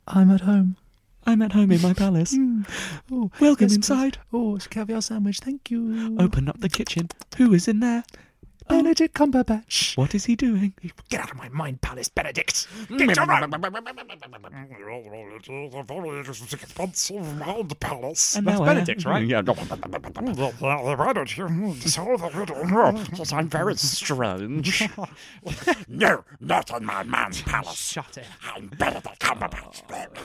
I'm at home.
I'm at home in my palace.
Oh,
Welcome
yes, please.
inside.
Oh, it's a caviar sandwich. Thank you.
Open up the kitchen. Who is in there?
Benedict Cumberbatch.
What is he doing?
Get out of my mind palace, Benedict.
Get your
palace.
And
That's
now I-
Benedict, [LAUGHS] right?
Yeah.
Why don't you solve a [LAUGHS] riddle? Since I'm very strange. no, not in my man's palace.
Shut it.
I'm Benedict Cumberbatch.
[LAUGHS]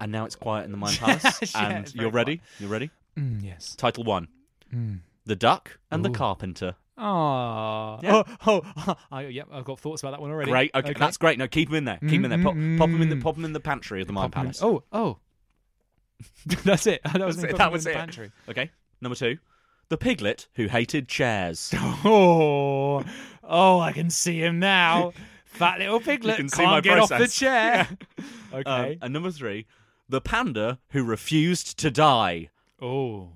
And now it's quiet in the mine palace.
Yeah,
and
it's very
you're ready. You're ready.
Mm, yes.
Title one:
Mm.
The Duck and
Ooh.
the Carpenter.
Aww.
Yeah.
Oh,
[LAUGHS]
oh, I, yep. I've got thoughts about that one already.
Great. Okay, that's great. No, keep him in there. Keep him in there. Pop, pop him in the pop him in the pantry of the mine
Pop 'em in-
palace.
Oh, oh. [LAUGHS] that's it. [LAUGHS] That was,
That's
me
it,
popping
that
them
was
in
it.
The pantry.
Okay. Number two, the piglet who hated chairs.
Oh, oh, I can see him now.
[LAUGHS]
Fat little piglet
can
can't
see my
get off the
process. [LAUGHS]
chair.
Um,
[LAUGHS] [LAUGHS] Okay.
and number three, the panda who refused to die.
oh,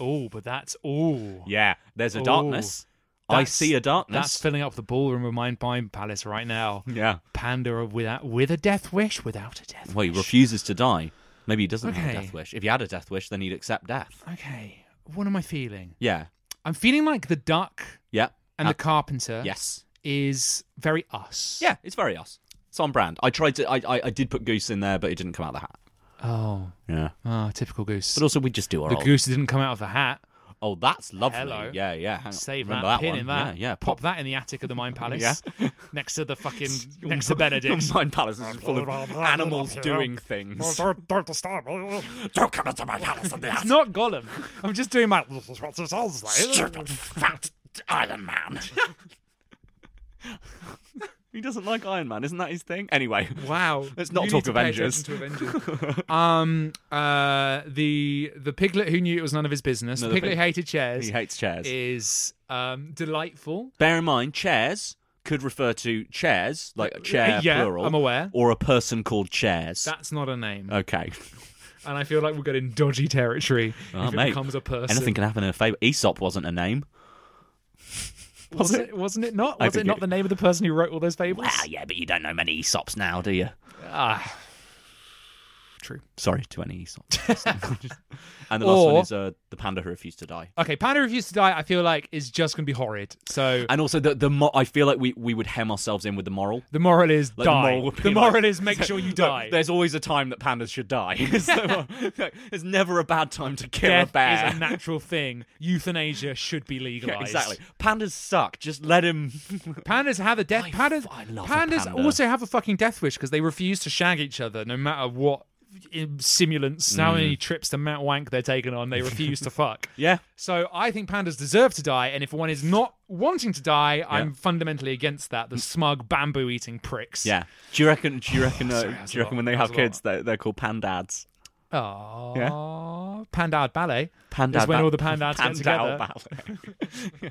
oh, but that's oh.
Yeah. There's a
Ooh.
darkness. I
That's-
see a
That's
darkness.
filling up the ballroom of my mind palace right now.
yeah.
Panda without with a death wish, without a death
Well, he
wish.
refuses to die. Maybe he doesn't have a
Okay.
death wish. If he had a death wish, then he'd accept death.
Okay, what am I feeling?
Yeah.
I'm feeling like the duck
Yeah.
and
Uh,
the carpenter.
Yes.
is very us.
Yeah. It's very us. It's on brand. I tried to. I, I, I did put goose in there, but it didn't come out of the hat.
Oh,
Yeah.
oh typical goose.
But also, we just do our
the
old.
goose didn't come out of the hat.
Oh, that's lovely.
Hello.
Yeah, yeah. Hang on.
Save
Remember
that, pin
one.
in that.
Yeah, yeah.
pop, that in the attic of the
[LAUGHS]
Mine Palace.
Yeah.
[LAUGHS] next to the
[LAUGHS]
fucking next to Benedict.
Mine palace is full of animals doing things.
Don't, don't disturb me. Don't come into my palace in the
It's
house.
[LAUGHS] not Gollum. I'm just
[LAUGHS]
doing my. [LAUGHS]
What this sounds like. Stupid fat Iron Man.
[LAUGHS] He doesn't like Iron Man, isn't that his thing? Anyway,
Wow.
Let's not
You
talk
need to pay
Avengers.
attention to
[LAUGHS]
Avengers. um, uh, the the piglet who knew it was none of his business.
No,
the
the
piglet
pig-
who hated
[LAUGHS]
chairs.
he hates chairs.
Is um delightful.
Bear in mind, chairs could refer to chairs, like a chair
Uh, Yeah,
plural.
I'm aware.
Or a person called chairs.
That's not a name,
okay.
and I feel like we're getting dodgy territory
Ah,
if
mate,
it becomes a person.
Anything can happen in a fable. Aesop wasn't a name.
was it? Wasn't it not?
I
Was it
think
not
it-
the name of the person who wrote all those fables?
Well, yeah, but you don't know many Aesops now, do you?
Ah, true.
Sorry to any Aesops.
[LAUGHS]
and the last
Or-
one is uh, the panda who refused to die.
Okay, Panda Refused to Die, I feel like, is just going to be horrid. So
And also, the the mo- I feel like we, we would hem ourselves in with the moral.
the moral is
Like, the
die. The
moral
moral,
would be like- [LAUGHS]
is make sure you
Look,
die.
there's always a time that pandas should die. [LAUGHS] So, [LAUGHS] uh, there's never a bad time to kill
Death
a [LAUGHS] bear.
is a natural thing. Euthanasia should be
Yeah,
legalized.
exactly. Pandas suck. Just let [LAUGHS] him.
Pandas have a death.
I
Pandas,
f- I love a
pandas
panda.
also have a fucking death wish because they refuse to shag each other, no matter what simulants
Mm.
how many trips to Mount Wank they're taking on. They refuse to fuck. [LAUGHS]
Yeah.
So I think pandas deserve to die, and if one is not wanting to die, I'm fundamentally against that. The smug bamboo eating pricks.
Mm. Yeah. Do you reckon? Do you reckon? uh,
Sorry, that's
do you
a
reckon
lot.
when they
That's
have
a lot.
kids, they're, they're called pandads?
Aww.
Yeah.
Pandad ballet.
Panda
is when
ba-
all the pandads get together.
Panda ballet.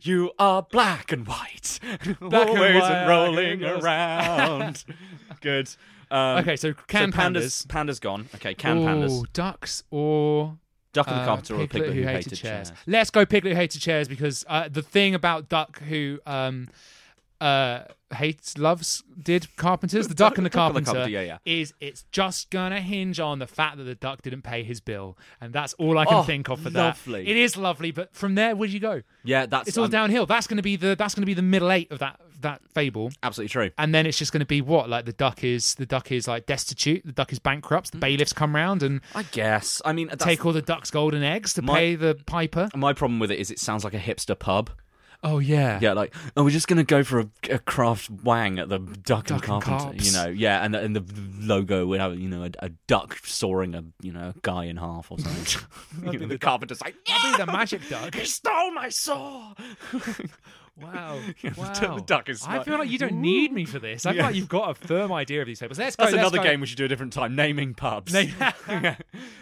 [LAUGHS] you are black and [LAUGHS] white,
Black and
always
white,
rolling
yes.
around. [LAUGHS] Good. Um,
okay, so can
so pandas,
pandas.
pandas gone. Okay, can
Ooh,
pandas.
ducks or
Duck and the
uh,
Carpenter or Piglet Who Hated Chairs.
Let's go Piglet who hated chairs because uh, the thing about Duck who um uh hates loves did carpenters the duck and
[LAUGHS]
the
Duck and the
carpenter,
Carpenter, yeah,
is it's just gonna hinge on the fact that the duck didn't pay his bill and that's all i can
Oh,
think of for
lovely.
that it is lovely but from there where do you go
Yeah, that's
it's all
um,
downhill that's gonna be the that's gonna be the middle eight of that that fable
Absolutely true.
and then it's just going to be what like the duck is the duck is like destitute the duck is bankrupt the bailiffs come round and
I guess. I mean, Hmm. that's-
take all the duck's golden eggs to
My-
pay the piper
My problem with it is it sounds like a hipster pub.
oh yeah
Yeah, like oh, we're just gonna go for a, a craft wang at the duck, and
Duck and
carpenter,
Carps.
you know. Yeah, and the, and the logo would have you know a, a duck sawing a you know a guy in half or
[LAUGHS]
something. [LAUGHS] You know, the carpenter's like,
That'd be the
[LAUGHS]
magic duck.
he stole my saw. [LAUGHS]
Wow.
the du-
wow.
the duck is
I
like-
feel like you don't need me for this. I feel
Yeah.
like you've got a firm idea of these tables. Let's go.
That's
let's
another
go. [LAUGHS]
game [LAUGHS] we should do a different time. Naming pubs.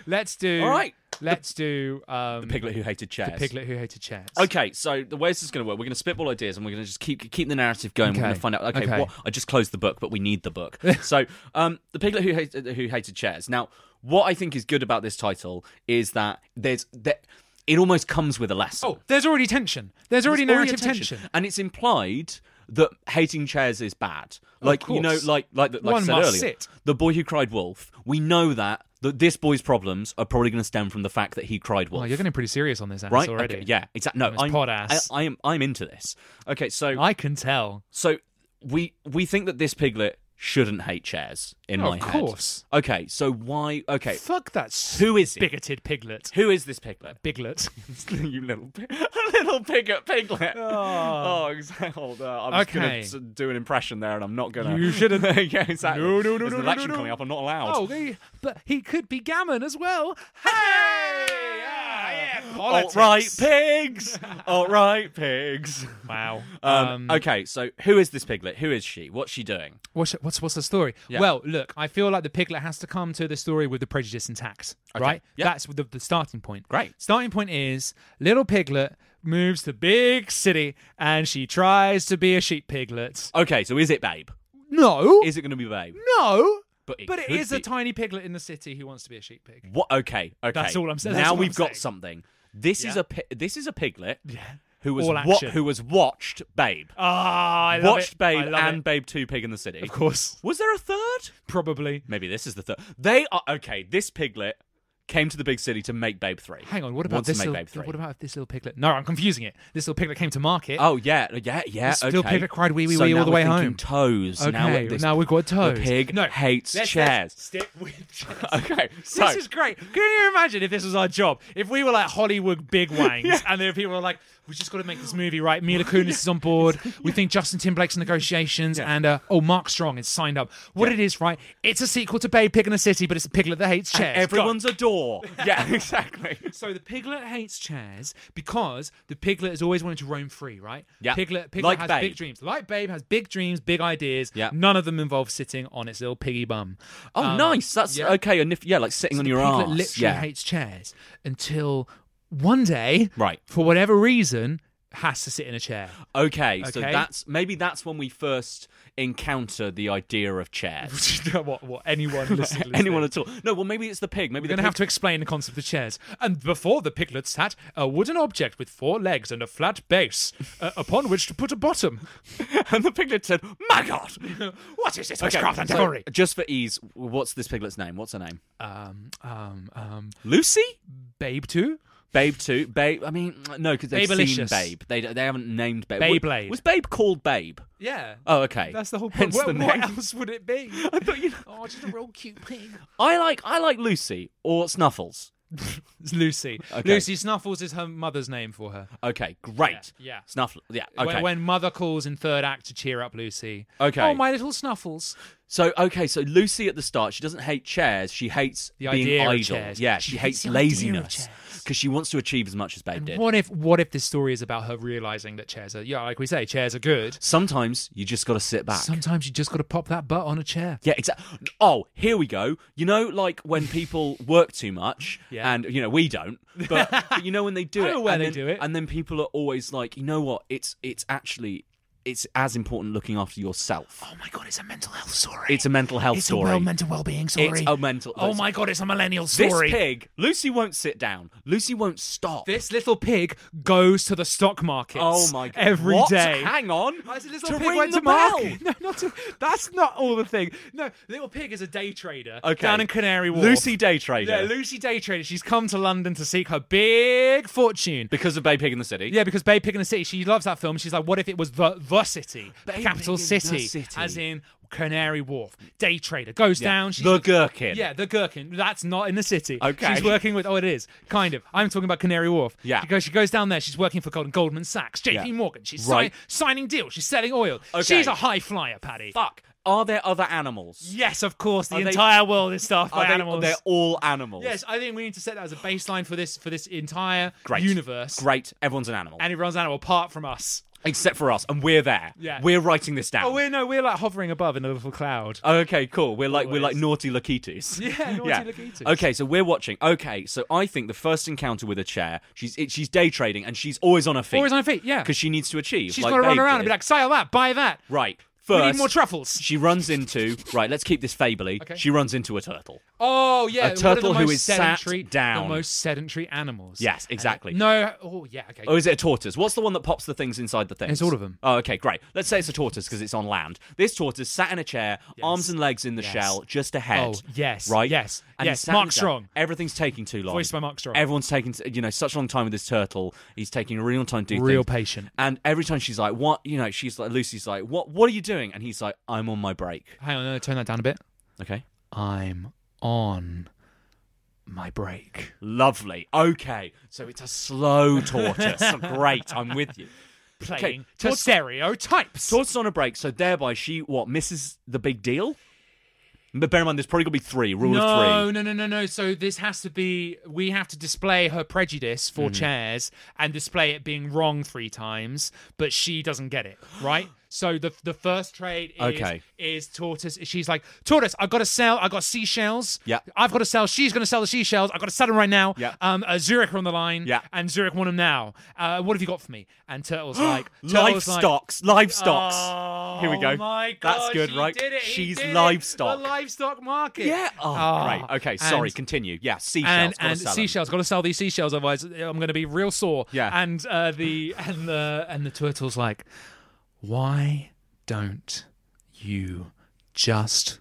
Let's do.
All right.
Let's do. Um, the
Piglet who hated chairs.
The piglet who hated chairs.
Okay, so the way this is going to work, we're going to spitball ideas and we're going to just keep keep the narrative going. We're going
Okay.
to find out. Okay,
Okay.
what? I just closed the book, but we need the
[LAUGHS]
book. so, um, the piglet who hated, who hated chairs. Now, what I think is good about this title is that there's that it almost comes with a lesson.
Oh, there's already tension. There's already narrative tension.
and it's implied that hating chairs is bad. Like you know,
course.
like like like
One
I said
must
earlier,
sit.
the boy who cried wolf. We know that that this boy's problems are probably going to stem from the fact that he cried wolf
Wow, Oh, you're getting pretty serious on this ass
right?
already.
Okay, yeah, exactly. No,
On this
I'm,
pod ass.
I, I am. I'm into this. Okay, so
I can tell.
so we we think that this piglet shouldn't hate chairs in
Oh,
my
of
head.
course.
Okay, so why? Okay,
Fuck that.
who is it?
bigoted piglet?
Who is this
[LAUGHS]
piglet? [LAUGHS]
Piglet.
you little, pi-
[LAUGHS]
little piglet, piglet. Oh, exactly. Hold on. I'm
Okay.
just going to do an impression there, and I'm not going to.
You shouldn't.
[LAUGHS] yeah, exactly.
No, no, no,
There's
no,
an
no,
election
no, no.
coming up. I'm not allowed.
Oh, he, but he could be gammon as well. Hey! Ah, yeah,
All
politics.
right,
[LAUGHS]
pigs. All right, pigs.
Wow.
Um, okay, so who is this piglet? Who is she? What's she doing?
What's what's what's the story?
Yeah.
Well, look, I feel like the piglet has to come to the story with the prejudice intact, right?
yeah.
That's the, the starting point.
Great.
Starting point is little piglet moves to big city and she tries to be a sheep piglet.
Okay, so is it Babe?
No,
Is it going to be Babe?
no,
But it
but it
could
is a
be. Mm.
tiny piglet in the city who wants to be a sheep pig.
What? Okay, okay.
That's all I'm saying. That's
Now
what
we've
I'm
got
saying.
something. This is
Yeah.
a pi- this is a piglet who was
All
wa-
action.
who was watched Babe,
Ah, I love
watched
it. I
Babe
love
and
it.
Babe Two Pig in the City.
Of course,
Was there a third?
probably.
Maybe this is the third. They are okay. This piglet came to the big city to make Babe Three.
Hang on, what about
Wants
this
to make
little?
Babe Three?
What about this little piglet? No, I'm confusing it. This little piglet came to market.
Oh yeah, yeah, yeah.
This
okay.
little piglet cried wee, wee,
so
wee all
now
the
we're
way
thinking
home.
Toes. now,
Okay,
this,
now we've got toes.
The pig
No,
hates
let's-
chairs.
let's stick with chairs.
[LAUGHS] okay, so
This is great. Can you imagine if this was our job? If we were like
[LAUGHS]
Hollywood big wangs, and there were people who were like, "We just got to make this movie, right?" Mila Kunis is
[LAUGHS]
on board. We think Justin Timberlake's in negotiations, and uh, oh, Mark Strong is signed up. What it is, right? It's a sequel to Babe Pig in the City, but it's a piglet that hates chairs. Go.
everyone's a door. yeah, [LAUGHS]
[LAUGHS]
exactly.
So the piglet hates chairs because the piglet has always wanted to roam free, right?
Yeah.
Piglet, piglet
Like
has
Babe.
big dreams. Like Babe has big dreams, big ideas.
Yeah.
None of them involve sitting on its little piggy bum.
Oh,
Um,
nice. That's
yeah.
okay. And if yeah, like sitting on your
piglet
arse.
literally
yeah.
hates chairs until one day,
Right.
for whatever reason, has to sit in a chair.
okay, So
Okay.
that's maybe that's when we first encounter the idea of chairs.
[LAUGHS] Do you know [LAUGHS] what? What anyone [LAUGHS] listening? to this
Anyone
thing.
at all? No. Well, maybe it's the pig. Maybe
We're going
the pig...
to have to explain the concept of chairs. And before the piglet sat, a wooden object with four legs and a flat base, [LAUGHS] uh, upon which to put a [LAUGHS] bottom.
[LAUGHS] and the piglet said, "My God,
[LAUGHS] What is this
Okay,
witchcraft and
so
devilry?
Just for ease, what's this piglet's name? What's her name?
Um, um, um,
Lucy.
Babe 2?
Babe too. Babe. I mean, no, because they've seen
Babelicious.
Babe. They they haven't named Babe.
Beyblade.
Was Babe called Babe?
Yeah.
Oh, okay.
That's
[LAUGHS]
the whole point.
Hence
What,
the
what
name.
else would it [LAUGHS] be?
I thought you.
oh, just a real cute pig.
I like I like Lucy or Snuffles.
It's Lucy.
Okay.
Lucy Snuffles is her mother's name for her.
Okay, great.
Yeah, yeah.
Snuffles. Yeah.
When-
Okay.
When, mother calls in third act to cheer up Lucy.
Okay.
Oh, my little Snuffles.
So okay, so Lucy at the start, she doesn't hate chairs. She hates
The
being
idea of
idle.
chairs.
Yeah,
She
she,
hates
hates
the idea of
laziness because she wants to achieve as much as Babe did.
What if what if this story is about her realizing that chairs are yeah, like we say, chairs are good.
Sometimes you just got to sit back.
Sometimes you just got to pop that butt on a chair.
Yeah, exactly. Oh, here we go. You know, like when people work too much,
[LAUGHS] Yeah.
and you know we don't,
[LAUGHS]
but, but you know when they do
I
it,
know where
and
they
then,
do it.
and then people are always like, you know what? It's it's actually it's as important looking after yourself.
Oh my god, it's a mental health story.
It's a mental health
It's a
story.
well- mental well-being story.
It's a mental.
Oh my God, it's a millennial story.
This pig, Lucy won't sit down. Lucy won't stop.
This little pig goes to the stock market.
Oh my god!
Every day.
What? Hang on.
I said,
to
little pig
ring
went
the
to market.
bell.
[LAUGHS] No, not to, that's not all the thing. No, little pig is a day trader
Okay.
down in Canary Wharf.
Lucy day trader.
Yeah, Lucy day trader. She's come to London to seek her big fortune.
because of Bay Pig in the City.
Yeah, because Bay Pig in the City, she loves that film. She's like, what if it was the the city,
Bay
the capital
Pig in the
city,
City.
as in Canary Wharf, day trader goes down. She's
The gherkin.
Yeah, the gherkin. That's not in the city.
Okay.
she's working with. Oh, it is kind of. I'm talking about Canary Wharf.
Yeah.
she goes, she goes down there. She's working for Gold- Goldman Sachs, J.P.
Yeah.
Morgan. She's
Right.
si- signing deals. She's selling oil.
Okay.
She's a high flyer, Paddy.
Fuck. Are there other animals?
Yes, of course. The
Are they-
entire world is staffed by
Are they,
animals.
They're all animals.
Yes, I think we need to set that as a baseline for this for this entire
Great.
universe.
Great. Everyone's an animal.
And everyone's animal apart from us.
Except for us. And we're there.
Yeah.
We're writing this down.
Oh, we're no, we're like hovering above in a little cloud.
Okay, cool. We're like we're
Always.
like naughty Lakitus.
[LAUGHS] Yeah, naughty Lakitus.
Okay, so we're watching. Okay, so I think the first encounter with a chair, she's it, she's day trading and she's always on her feet.
Always on her feet, yeah.
Because she needs to achieve.
She's
like
got to run
Babe
around and
did.
be like, "Sell that, buy that."
right.
We
First,
need more truffles.
She runs into right. Let's keep this fably.
Okay.
She runs into a turtle.
Oh yeah,
A
one of
turtle
the
who
most
is sat
sedentary,
down.
The most sedentary animals.
Yes,
And-
exactly.
no. Oh yeah. Okay.
Or is it a tortoise? What's the one that pops the things inside the things?
It's all of them.
Oh, okay, great. Let's say it's a tortoise because it's on land. This tortoise sat in a chair, arms and legs in the
Yes.
shell, just a head.
Oh, yes.
Right?
Yes.
And he
Yes.
sat
Mark
him down.
Strong.
Everything's taking too long.
Voiced by Mark Strong.
Everyone's taking, t- you know, such a long time with this turtle. He's taking a really long time to do
Real
things.
patient.
And every time she's like, what, you know, she's like, Lucy's like, what, what are you doing? And he's like, I'm on my break.
Hang on, no, turn that down a bit.
Okay.
I'm on my break.
Lovely. Okay. So it's a slow
[LAUGHS]
tortoise. great. I'm with you.
Playing to
tortoise-
stereotypes.
Tortoise on a break, so thereby she what misses the big deal. But bear in mind, there's probably got to be three rule of
No,
three.
no, no, no, no. So this has to be. We have to display her prejudice
Mm-hmm.
for chairs and display it being wrong three times, but she doesn't
[GASPS]
get it right. So the the first trade is,
Okay.
is tortoise. She's like tortoise. I've got to sell. I've got seashells.
Yeah.
I've got to sell. She's going to sell the seashells. I've got to sell them right now.
Yeah.
Um. Uh, Zurich are on the line.
Yeah.
And Zurich want them now. Uh. What have you got for me? And
[GASPS]
turtles like turtles like,
Livestocks, livestocks. Here we
"Oh
go.
my
That's
God,
good,
she
right?
did it, he
She's
did it.
livestock.
The livestock market.
yeah. Oh,
Ah.
great. Okay, sorry.
And-
Continue. Yeah, seashells.
and
gotta
and
sell 'em.
seashells. Got to sell these seashells, otherwise I'm going to be real sore.
Yeah.
And uh, the and the and the turtle's like, why don't you just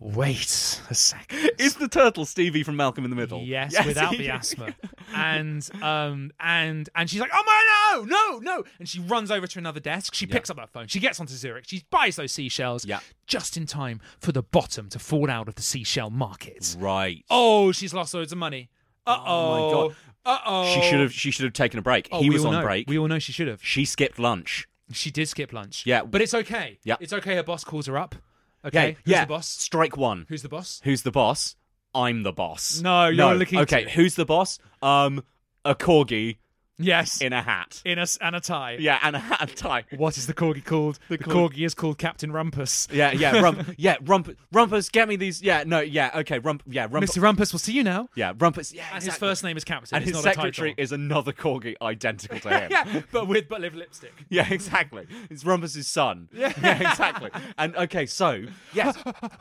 wait a second?
Is the turtle Stevie from Malcolm in the Middle?
Yes, without
he [LAUGHS]
the
is.
asthma, and um, and and she's like, "Oh my no, no, no!" And she runs over to another desk. She picks up her phone. She gets onto Zurich. She buys those seashells,
Yeah.
just in time for the bottom to fall out of the seashell market.
Right.
Oh, she's lost loads of money. Uh
my
oh.
God.
Uh oh.
She should have. She should have taken a break. he was on break.
We all know she should have.
She skipped lunch.
She did skip lunch.
Yeah.
But it's okay.
Yeah.
It's okay. Her boss calls her up. Okay.
Yeah,
Who's
yeah.
the boss?
Strike one.
Who's the boss?
Who's the boss? I'm the boss.
No, you're looking
Okay,
to-
who's the boss? Um, a corgi
Yes.
in a hat.
In a s- and a tie.
[LAUGHS] Yeah, and a hat and tie.
What is the corgi called? The,
cor-
corgi is called Captain Rumpus.
Yeah, yeah,
[LAUGHS]
rump, yeah, rump, rumpus, get me these. Yeah, no, yeah, okay, rump, yeah, rumpus,
Mr. Rumpus, we'll see you now.
yeah, rumpus. Yeah,
And his
exactly.
first name is Captain.
and
it's
his
not
secretary
a title.
is another corgi identical to him.
[LAUGHS] yeah, but with but live lipstick.
Yeah, exactly. It's Rumpus's
[LAUGHS]
son. Yeah, exactly. And okay, so yes,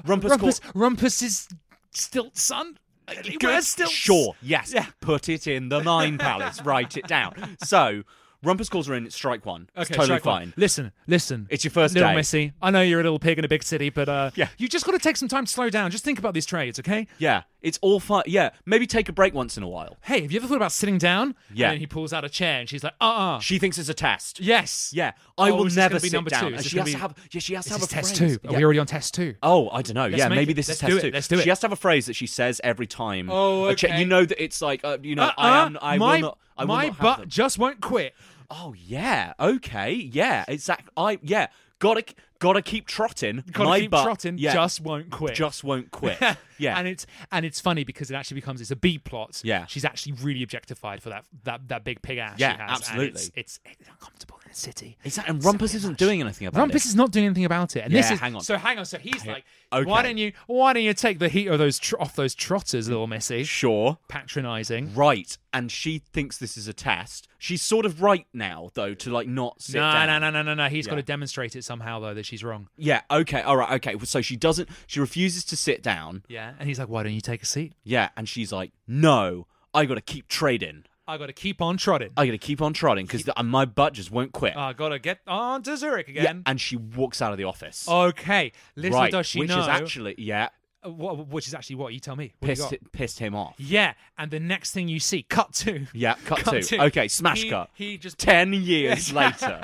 Rumpus,
Rumpus,
cor-
Rumpus is stilt son. He
Good.
wears stilts.
Sure, yes. Put it in the mind
[LAUGHS]
palace. Write it down. So, Rumpus calls her in at strike one. It's
Okay,
totally
strike one.
fine.
Listen, listen.
It's your first
little
day.
Missy. I know you're a little pig in a big city, but uh,
Yeah.
you just got to take some time to slow down. Just think about these trades, okay?
Yeah, it's all fine. Yeah, maybe take a break once in a while.
Hey, have you ever thought about sitting down?
Yeah.
And then he pulls out a chair, and she's like, "Uh, uh
She thinks it's a test.
yes,
Yeah, I
Oh,
will
is this
never
gonna be
sit
number
down.
Two?
And
Is this
she
gonna
has
be-
to have. Yeah, she has
Is
to have a
this test
phrase.
two. Are
Yeah.
we already on test two?
Oh, I don't know. yeah,
make
maybe
it.
this is
Let's
test
do it.
two.
Let's do it.
She has to have a phrase that she says every time.
Oh,
A cha-
okay.
you know that it's like uh, you know
Uh-uh,
I am. I
my,
will not. I will
my
not have
butt
them.
just won't quit.
Oh yeah. Okay. Yeah. Exactly. I yeah. Got to Gotta keep trotting.
Gotta
My
keep
butt,
trotting.
yeah.
Just won't quit.
Just won't quit. Yeah.
[LAUGHS] and it's and it's funny because it actually becomes it's a B plot.
Yeah.
she's actually really objectified for that that, that big pig ass.
Yeah,
she has, and
absolutely.
it's, it's it's uncomfortable in the city.
Exactly. And Rumpus isn't doing anything about
Rumpus
it.
is not doing anything about it. And this
Yeah,
is
hang on.
so hang on. So he's like,
Okay.
why don't you why don't you take the heat of those tr- off those trotters, little missy?
Sure.
Patronising.
Right. And she thinks this is a test. She's sort of right now, though, to like not sit
No,
down.
no, no, no, no, no. He's
Yeah.
got to demonstrate it somehow though that she's wrong.
Yeah. Okay. All right. Okay. So she doesn't. She refuses to sit down.
Yeah, and he's like, why don't you take a seat?
Yeah. And she's like, "No, I got to keep trading.
I got to keep on trotting.
I got to keep on trotting because my butt just won't quit."
I got to get on to Zurich
yeah.
Oh, again.
And she walks out of the office.
Okay, little
right.
does she
which
know,
is actually yeah,
uh, what- which is actually what you tell me. What do you
pissed
got?
pissed him off.
Yeah, and the next thing you see, [LAUGHS] cut to.
Yeah. Cut, two. Okay. Smash
He-
cut.
He just
Ten
[LAUGHS]
years later.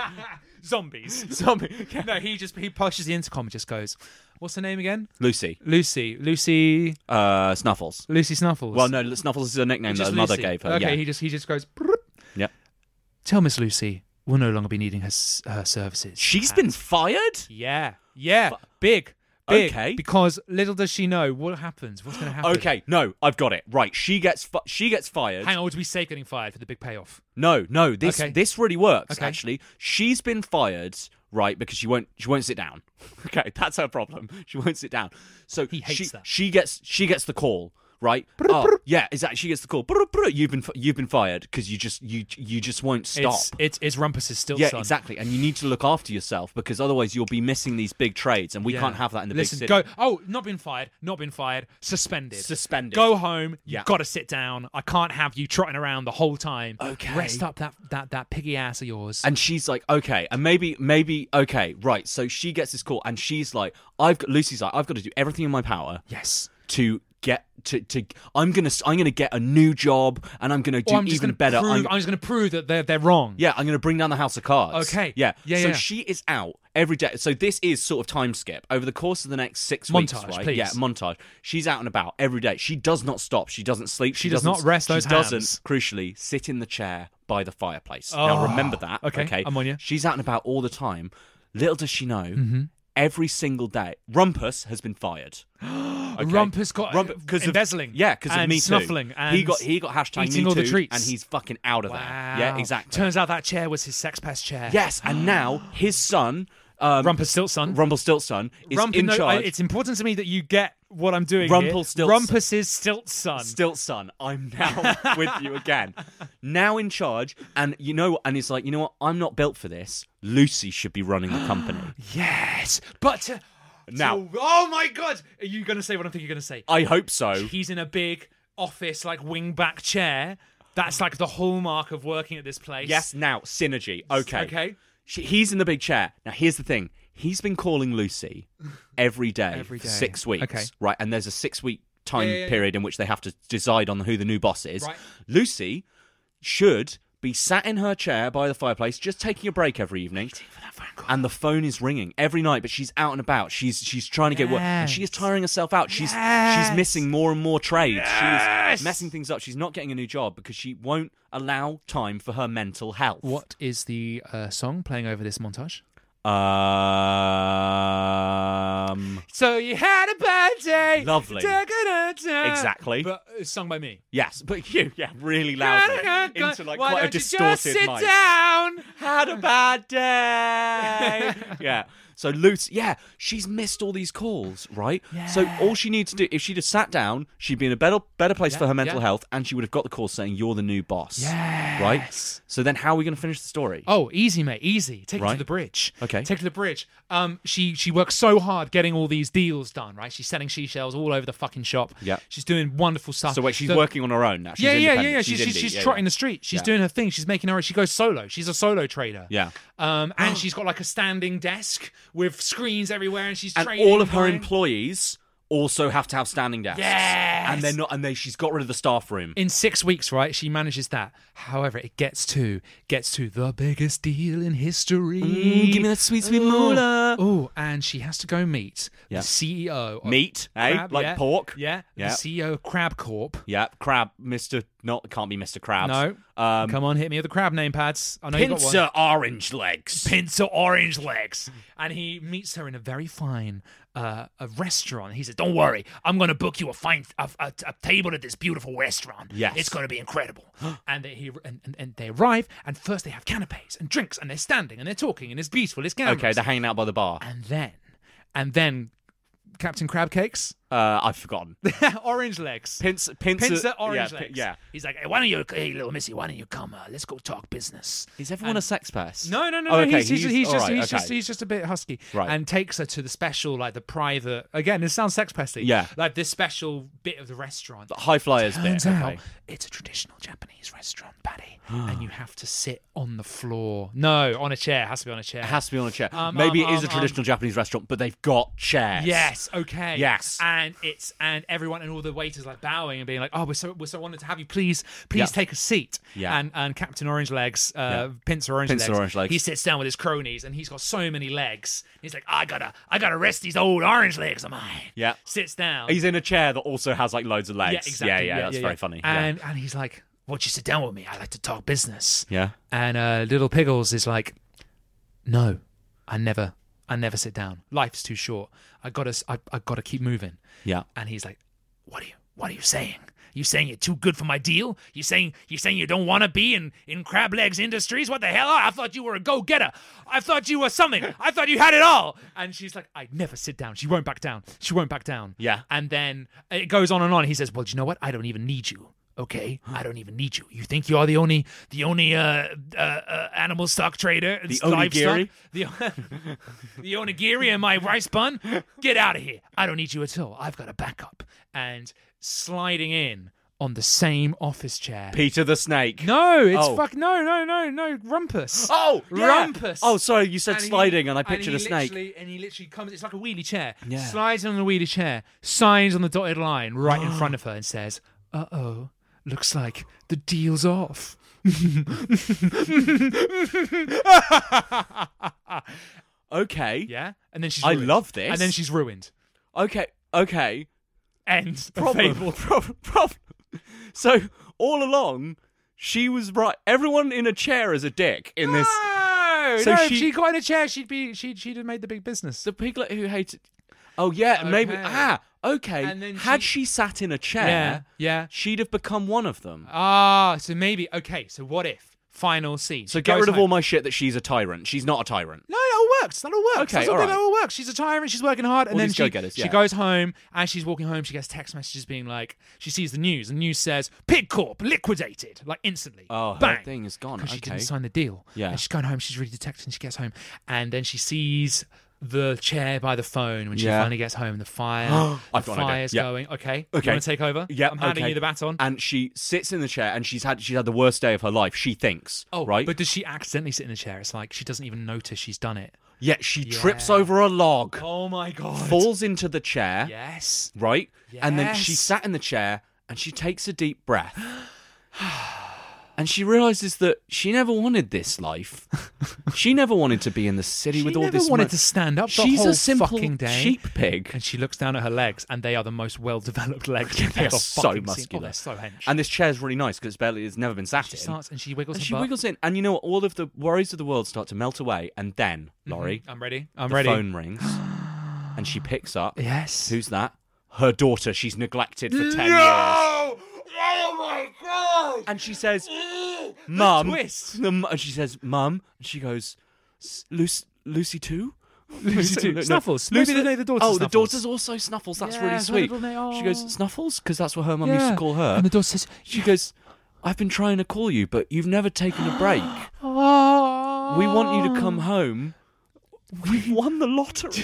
zombies.
Zombie-
No, he just he pushes the intercom and just goes, "What's her name again?
Lucy.
Lucy, Lucy,
Uh, Snuffles.
Lucy Snuffles."
Well, no, Snuffles is a nickname that
Just
her mother
Lucy.
gave her.
Okay,
yeah.
he just he just goes. "Broop."
Yep.
Tell Miss Lucy we'll no longer be needing her s- her services.
She's
And-
been fired.
Yeah, yeah, big, big.
Okay.
Because little does she know what happens. What's going to happen?
Okay, no, I've got it. Right, she gets fi- she gets fired.
Hang on, do we say getting fired for the big payoff?
No, no, this
Okay.
this really works
Okay.
actually. She's been fired, right, because she won't she won't sit down. [LAUGHS] Okay, that's her problem. She won't sit down. So
He hates
she
that.
she gets she gets the call, right? Oh, yeah, exactly. She gets the call. Brr, brr, You've been fi- you've been fired because you just you you just won't stop.
It's it's, it's Rumpus's still
yeah,
son.
exactly. And you need to look after yourself because otherwise you'll be missing these big trades, and we
Yeah.
can't have that in the
Listen,
big city.
go. Oh, not been fired. Not been fired. Suspended.
Suspended.
Go home.
Yeah.
You've got to sit down. I can't have you trotting around the whole time.
Okay.
Rest up that that that piggy ass of yours.
And she's like, okay, and maybe, maybe, okay, right. So she gets this call, and she's like, I've got Lucy's like, I've got to do everything in my power
yes.
to get to to. I'm gonna I'm gonna get a new job, and I'm gonna do
Or I'm just
even
gonna
better.
Prove,
I'm-
I'm, just going to prove that they're they're wrong.
yeah, I'm gonna bring down the house of cards.
Okay.
yeah,
Yeah,
So
yeah.
she is out every day. So this is sort of time skip over the course of the next six
Montage,
weeks, right?
please.
Yeah, montage. She's out and about every day. She does not stop. She doesn't sleep. She,
She does
doesn't-
not rest
She
those
doesn't.
hands.
Crucially, sit in the chair by the fireplace. now
Oh,
remember that.
okay, I'm on Mm-hmm. you.
She's out and about all the time. Little does she know. Every single day, Rumpus has been fired. Okay.
Rumpus got
of-
embezzling
yeah, because of
and
me too.
snuffling
he
and
got he got hashtag
eating
me
all the
too,
treats.
and he's fucking out of
Wow.
there. Yeah, exactly.
Turns out that chair was his sex pest chair.
Yes, and now his son, um,
Rumpelstiltskin.
Rumpelstiltskin, is
Rump-
in
no, I-
charge.
it's important to me that you get what I'm doing.
Rumpelstiltskin.
Rumpus's Stiltson.
Still, son, I'm now [LAUGHS] with you again. Now in charge, and you know, and it's like, you know what? I'm not built for this. Lucy should be running the
[GASPS]
company.
yes, but to-
Now-
to- oh my god, are you going to say what I think you're going to say?
I hope so.
He's in a big office, like wing back chair. That's like the hallmark of working at this place.
Yes, now synergy. Okay,
Okay.
She, he's in the big chair. Now here's the thing. He's been calling Lucy every day,
[LAUGHS] Every
for
day.
six weeks,
Okay.
right? And there's a six week time
Yeah, yeah, yeah.
period in which they have to decide on who the new boss is.
Right.
Lucy should be sat in her chair by the fireplace, just taking a break every evening. And the phone is ringing every night, but she's out and about. She's she's trying to get work, and she is tiring herself out. She's she's missing more and more trades. She's messing things up. She's not getting a new job because she won't allow time for her mental health.
What is the uh, song playing over this montage?
Um.
So you had a bad day.
Lovely.
Da-ga-da-da.
Exactly.
But it's sung by me.
Yes, but you, yeah, really loudly into like
Why
quite a
don't
distorted
you just sit
mic.
down?
Had a bad
[LAUGHS]
day. yeah. So Lucy, yeah, she's missed all these calls, right? So all she needs to do, if she'd have sat down, she'd be in a better better place for her mental
yeah.
health, and she would have got the call saying, "You're the new boss." Right. So then, how are we going to finish the story?
Oh, easy, mate, easy. Take it
Right.
to the bridge.
Okay.
Take it to the bridge. Um, she she works so hard getting all these deals done, right? She's selling seashells all over the fucking shop.
Yeah.
She's doing wonderful stuff.
so wait, she's
The-
working on her own now. She's
Oh, yeah, yeah, yeah,
independent.
yeah. She's she's,
indie.
she's
Yeah,
trotting
yeah.
the street. She's
Yeah.
doing her thing. She's making her. She goes solo. She's a solo trader.
Yeah.
Um,
[GASPS]
and she's got like a standing desk with screens everywhere, and she's
and
trading
all of her
buying.
employees also have to have standing desks.
Yes!
And they're not and they she's got rid of the staff room.
In six weeks, right, she manages that. However, it gets to gets to the biggest deal in history.
Mm, give me that sweet, sweet moolah.
Oh, and she has to go meet
Yeah.
the CEO of
Meat, eh?
Crab,
like
yeah.
pork.
Yeah.
Yeah.
The CEO of Crab Corp.
Yeah, crab, Mister. Not can't be Mister Crabs.
No.
um,
Come on, hit me with the crab name pads. I know you've got one.
pincer orange legs.
Pincer
[LAUGHS]
Orange Legs. And he meets her in a very fine uh, a restaurant. He says, Don't worry, I'm going to book you a fine a, a, a table at this beautiful restaurant.
Yes.
It's going to be
[GASPS]
incredible. and, they, he, and, and, and they arrive, and first they have canapes and drinks, and they're standing and they're talking, and it's beautiful. It's cameras.
Okay, they're hanging out by the bar.
and then, and then
[LAUGHS]
Captain Crabcakes,
Uh, I've
[LAUGHS]
forgotten.
Orange Legs.
Pincer, pincer,
Pincer Orange
yeah, pi-
Legs.
Yeah.
He's like, hey, why don't you, hey, little missy, why don't you come? Uh, let's go talk business.
Is everyone a sex pest?
No, no, no,
Oh,
no.
okay,
he's, he's, he's
all
just
right,
he's
okay.
just he's just a bit husky,
Right.
and takes her to the special, like the private. Again, this sounds sex pesty.
Yeah.
like this special bit of the restaurant.
The high flyers
Turns
bit.
out
Okay.
it's a traditional Japanese restaurant, Paddy, and you have to sit on the floor. No, on a chair. It Has to be on a chair.
It has to be on a chair.
Um,
Maybe
um,
it is a
um,
traditional Japanese restaurant, but they've got chairs.
Yes. Okay.
Yes.
And it's and everyone and all the waiters like bowing and being like, "Oh, we're so we're so honored to have you. Please, please
Yeah.
take a seat."
Yeah.
And and Captain Orange Legs, uh,
Yeah.
Pincer Orange
Pincer
Legs,
Orange Legs.
he sits down with his cronies and he's got so many legs. He's like, "I gotta, I gotta rest these old orange legs of mine."
Yeah.
Sits down.
He's in a chair that also has like loads of legs.
yeah, exactly.
Yeah, yeah, that's very funny. Yeah.
And and he's like, "Won't you sit down with me? I like to talk business."
yeah.
And uh, little Piggles is like, "No, I never, I never sit down. Life's too short. I gotta, s- I, I gotta keep moving."
Yeah.
And he's like, "What are you? What are you saying? You saying you're too good for my deal? You saying you saying you don't want to be in in Crab Legs Industries? What the hell? I thought you were a go getter. I thought you were something. I thought you had it all." And she's like, "I never sit down. She won't back down. She won't back down."
Yeah.
And then it goes on and on. He says, "Well, do you know what? I don't even need you." Okay, I don't even need you. You think you're the only, the only uh, uh, uh, animal stock trader, and
The onigiri?
livestock- the, [LAUGHS] the onigiri and my rice bun. Get out of here. I don't need you at all. I've got a backup. And sliding in on the same office chair.
Peter the Snake.
no, it's
Oh.
fuck. No, no, no, no. Rumpus.
Oh, yeah.
rumpus.
Oh, sorry, you said
he-
sliding, and I pictured
he
a snake.
literally- And he literally comes. It's like a wheelie chair.
Yeah.
Slides on the wheelie chair. Signs on the dotted line right in
[GASPS]
front of her and says, "Uh oh, looks like the deal's off." [LAUGHS]
Okay.
yeah, and then she's.
I
ruined.
love this.
And then she's ruined.
Okay. Okay.
End. of
Problem. [LAUGHS]
Fable.
Problem. Problem. So all along, she was right. Everyone in a chair is a dick in this.
Ah! No,
So
no,
she-
if she got in a chair, she'd be she she'd have made the big business.
The piglet who hated. Oh yeah, maybe.
Okay.
Ah, okay.
And then
Had
she-
she sat in a chair,
Yeah, yeah.
she'd have become one of them.
Ah, so maybe okay. So what if final scene?
so
She
get
goes
rid of
home.
all my shit that she's a tyrant. She's not a tyrant.
No, that all works. That all works.
Okay,
That's all
all
good.
right.
That all works. She's a tyrant. She's working hard, and
All
then
these
she,
go-getters,
she
yeah.
goes home. As she's walking home, she gets text messages being like, she sees the news. and The news says Pig Corp liquidated, like instantly.
Oh, her
Bang.
thing is gone.
'Cause she didn't
Okay.
sign the deal.
Yeah.
And she's going home. She's really detected. And she gets home, and then she sees the chair by the phone when she
Yeah.
finally gets home. The fire. the
[GASPS] I've got an idea.
fire's
Yeah.
going. Okay.
Okay.
You want to take over?
Yeah,
I'm handing
okay.
you the baton.
And she sits in the chair, and she's had she's had the worst day of her life. She thinks.
Oh,
right.
But does she accidentally sit in a chair? It's like she doesn't even notice she's done it.
Yet she trips
Yeah.
over a log,
Oh my god.
falls into the chair.
Yes.
Right. And then she
Yes.
sat in the chair, and she takes a deep breath. [SIGHS] And she realizes that she never wanted this
[LAUGHS]
life. she never wanted to be in the city
She
with all
never
this.
wanted
mo-
to stand up the
She's
whole
a simple
fucking day.
sheep pig.
And she looks down at her legs, and they are the most
[LAUGHS]
well-developed legs. you've
They are
ever
so
fucking seen.
muscular.
Oh, they're so hench.
And this chair's really nice because it's barely it's never been sat
she
in.
starts and she wiggles.
and
her
she
butt.
wiggles in, and you know what? All of the worries of the world start to melt away, and then Laurie,
Mm-hmm. I'm ready. I'm
the
ready.
phone
[GASPS]
rings, and she picks up.
Yes.
Who's that? Her daughter. She's neglected for ten years.
Oh! Oh my god!
And she says, "Mum."
twist.
the mu- and she says, "Mum." And she goes, "S- "Lucy, Lucy too."
[LAUGHS] Lucy too.
no, no.
Snuffles. Maybe they- the daughter's
Oh, the
Snuffles.
daughter's also Snuffles. That's
Yeah,
really
her
sweet.
little name-
She goes
oh.
Snuffles because that's what her mum used to call her.
And the daughter says,
She goes, I've been trying to call you, but you've never taken a
[GASPS]
break.
"Oh,
We want you to come home. [LAUGHS] We've won the lottery.
the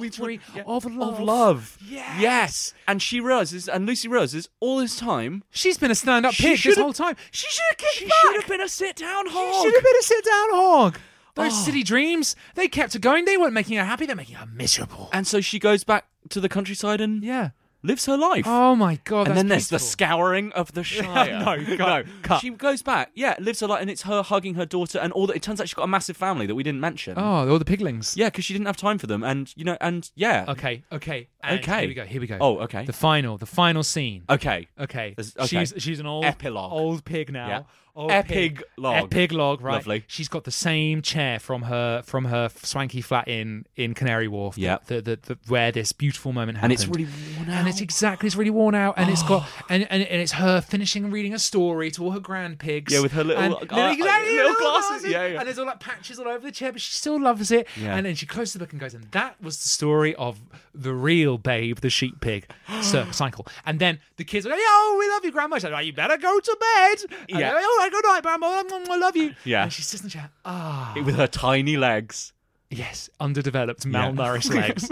lottery of love."
Of love. Yes. And she realizes, and Lucy realizes, all this time,
She's been a stand-up
She
pig this
should've-
whole time. She should have kicked
she
back.
should have been a sit down hog. Oh.
She should have been a sit-down hog. Those city dreams, they kept her going. They weren't making her happy, they're making her miserable.
And so she goes back to the countryside and
yeah,
lives her life.
Oh my god!
and then there's
that's
the
beautiful.
scouring of
[LAUGHS]
the Shire.
No, cut, cut.
She goes back, yeah, lives her life, and it's her hugging her daughter, and all that. It turns out she's got a massive family that we didn't mention.
Oh, all the piglings.
Yeah, because she didn't have time for them, and you know, and yeah,
Okay, okay, and
Okay.
Here we go. Here we go.
Oh, okay.
The final, the final scene.
okay,
Okay.
There's- okay.
She's she's an old
Epilogue.
old pig now.
Yeah.
Old pig.
Epilogue.
Epilogue, right?
Lovely.
She's got the same chair from her from her swanky flat in in Canary Wharf.
Yeah.
The, the, the, where this beautiful moment
And
happened.
it's really worn
And it's exactly it's really worn out, and it's
[GASPS]
got and, and and it's her finishing and reading a story to all her grand pigs.
Yeah, with her little-
and,
uh,
exactly,
uh, little glasses. Yeah, yeah.
And there's all like patches all over the chair, but she still loves it.
Yeah.
And then she closes the book and goes, and that was the story of the real babe, the
[GASPS]
sheep pig cir- cycle. And then the kids are like, oh, we love you, grandma. She's like, "Right, you better go to bed. And
Yeah.
they're like, "Oh, all right, good night, grandma. Mm, I love you.
Yeah.
And she sits in the chair, ah,
with her tiny legs.
yes, underdeveloped, malnourished legs.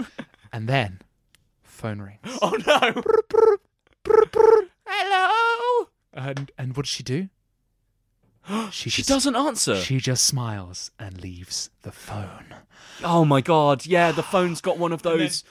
And then phone rings.
[LAUGHS] Oh no! Hello.
And, and what does
[GASPS]
she do? She,
She
just-
doesn't answer.
She just smiles and leaves the phone.
Oh my god! Yeah, [GASPS] the phone's got one of those.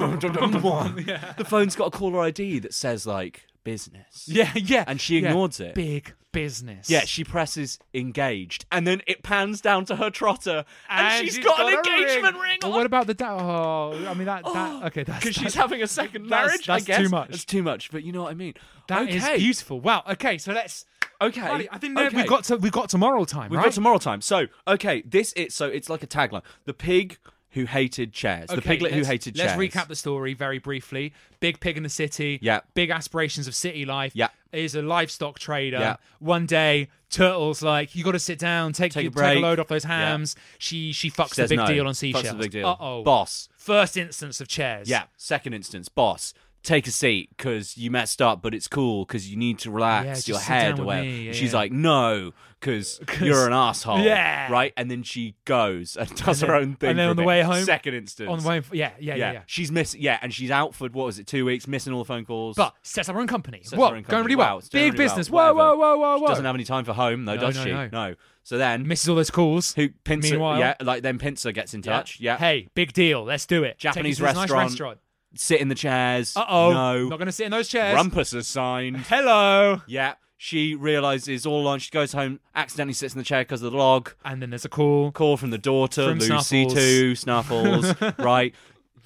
Yeah. the phone's got a caller ID that says like business.
Yeah, yeah.
And she
yeah.
ignores it.
Big business.
Yeah, she presses engaged, and then it pans down to her trotter, and, she's got, an
a
engagement ring.
But
on.
what about the da- oh? I mean
[GASPS]
that that okay that's
Because she's
that's-
having a second
that's-
marriage.
That's
I guess
too much.
That's too much. But you know what I mean.
That is
okay.
beautiful. Wow. Okay, so let's
Okay.
Bloody, I think that
okay.
we've got to we've got to moral time.
We've
right?
got tomorrow time. So okay, this is so it's like a tagline: the pig who hated chairs, the
Okay,
piglet who
let's-
hated
Let's
chairs.
recap the story very briefly. Big pig in the city.
Yeah.
Big aspirations of city life.
Yeah.
Is a livestock trader.
Yeah.
One day, turtles like you got to sit down, take
Take a
your-
break."
load off those
Yeah.
hams. She she fucks the
Says
big
no.
deal on
Fucks the
seashells.
big deal.
Uh oh.
Boss.
First instance of chairs.
Yeah. Second instance, boss. Take a seat because you messed up, but it's cool because you need to
Yeah,
relax
just
your
sit
head
down with
away.
me, yeah,
She's
yeah.
like, no,
[LAUGHS]
because you're an asshole.
Yeah.
Right? And then she goes and [LAUGHS] does her
then-
own thing.
and
for
then
a
on the
bit.
way home-
Second instance.
On the way. Yeah. Yeah. Yeah. Yeah.
She's missing. Yeah. And she's out for, what was it, two weeks, missing all the phone calls.
But sets up her own company.
Sets
Whoa,
her own
going
company.
really
Wow,
well.
it's doing
Big
really well,
business. Whoa,
whatever.
whoa, whoa, whoa,
She
whoa.
doesn't have any time for home, though,
No,
does
no,
she?
no.
So then.
misses all those calls.
who Pincer?
Meanwhile,
Yeah, like then Pincer gets in touch. Yeah,
Hey, big deal. Let's do it. Take
Japanese
us to this nice
restaurant.
restaurant.
sit in the chairs.
Uh oh.
no.
Not going to sit in those chairs.
Rumpus has signed.
Hello.
yeah, she realizes all along. She goes home, accidentally sits in the chair because of the log.
And then there's a call.
Call from the daughter,
From
Lucy too, Snuffles.
[LAUGHS]
right,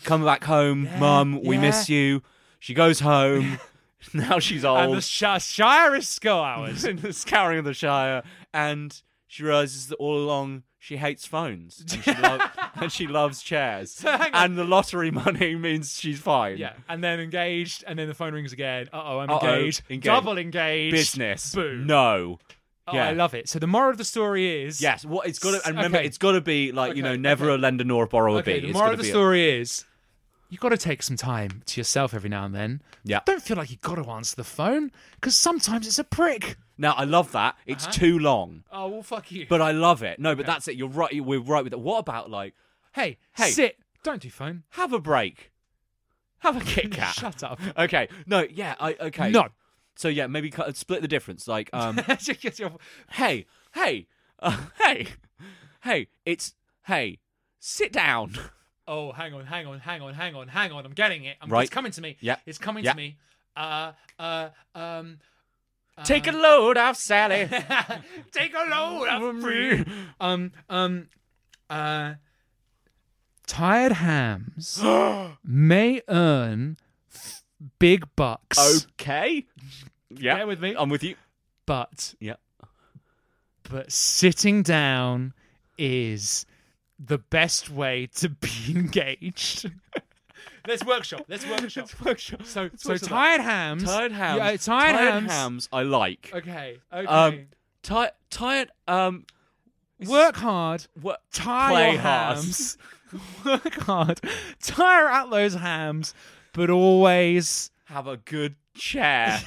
come back home, Mum. We
yeah.
miss you. She goes
[LAUGHS]
home. [LAUGHS] now she's old.
And the
[LAUGHS]
Sh- uh, Shire is school hours. [LAUGHS]
in the scouring of the Shire, and she realizes that all along she hates phones and she,
[LAUGHS]
lo- and she loves chairs,
hang on.
and the lottery [LAUGHS] money means she's fine.
yeah. And then engaged. And then the phone rings again. Uh oh, I'm
Uh-oh,
engaged.
engaged.
Double engaged.
business.
Boom.
No.
Oh,
yeah.
I love it. So the moral of the story is.
Yes, what it's got to and remember
Okay.
it's got to be like you know
Okay,
never
okay.
a lender nor a borrower
Okay,
be.
the
It's
moral
gotta
of the
be a-
story is you got to take some time to yourself every now and then.
Yeah.
Don't feel like you got to answer the phone because sometimes it's a prick.
Now I love that. It's
Uh-huh.
too long,
Oh, well, fuck you.
but I love it. No, but that's it. You're right. We're right with it. What about like
hey,
Hey.
sit. Don't do phone.
have a break, have a Kit Kat.
[LAUGHS] Shut up.
Okay. No. Yeah. I okay.
No.
So yeah, maybe cut, split the difference. Like
[LAUGHS]
um,
Yes, you're-
hey, hey, uh, hey, hey, it's hey, sit down.
oh, hang on, hang on, hang on, hang on, hang on. I'm getting it. I'm,
Right.
It's coming to me.
Yeah.
It's coming
Yeah.
to me. Uh, uh, um,
Take a load off
[LAUGHS]
Sally.
Take a load
Mm-hmm.
off me. Um, um, uh, tired hams
[GASPS]
may earn f- big bucks,
Oh. okay. Yeah.
Bear with me.
I'm with you.
but
Yeah.
but sitting down is the best way to be [LAUGHS] engaged. Let's workshop. Let's workshop.
Workshop.
So,
Let's
so
workshop.
tired hams.
Tired hams.
Yeah, tired, hams.
I like.
Okay. Okay.
Um, ti- tired. Um,
Work hard.
what?
Tire
play
your
hard.
hams. [LAUGHS] Work hard. Tire out those hams, but always.
Have a good [LAUGHS] chair.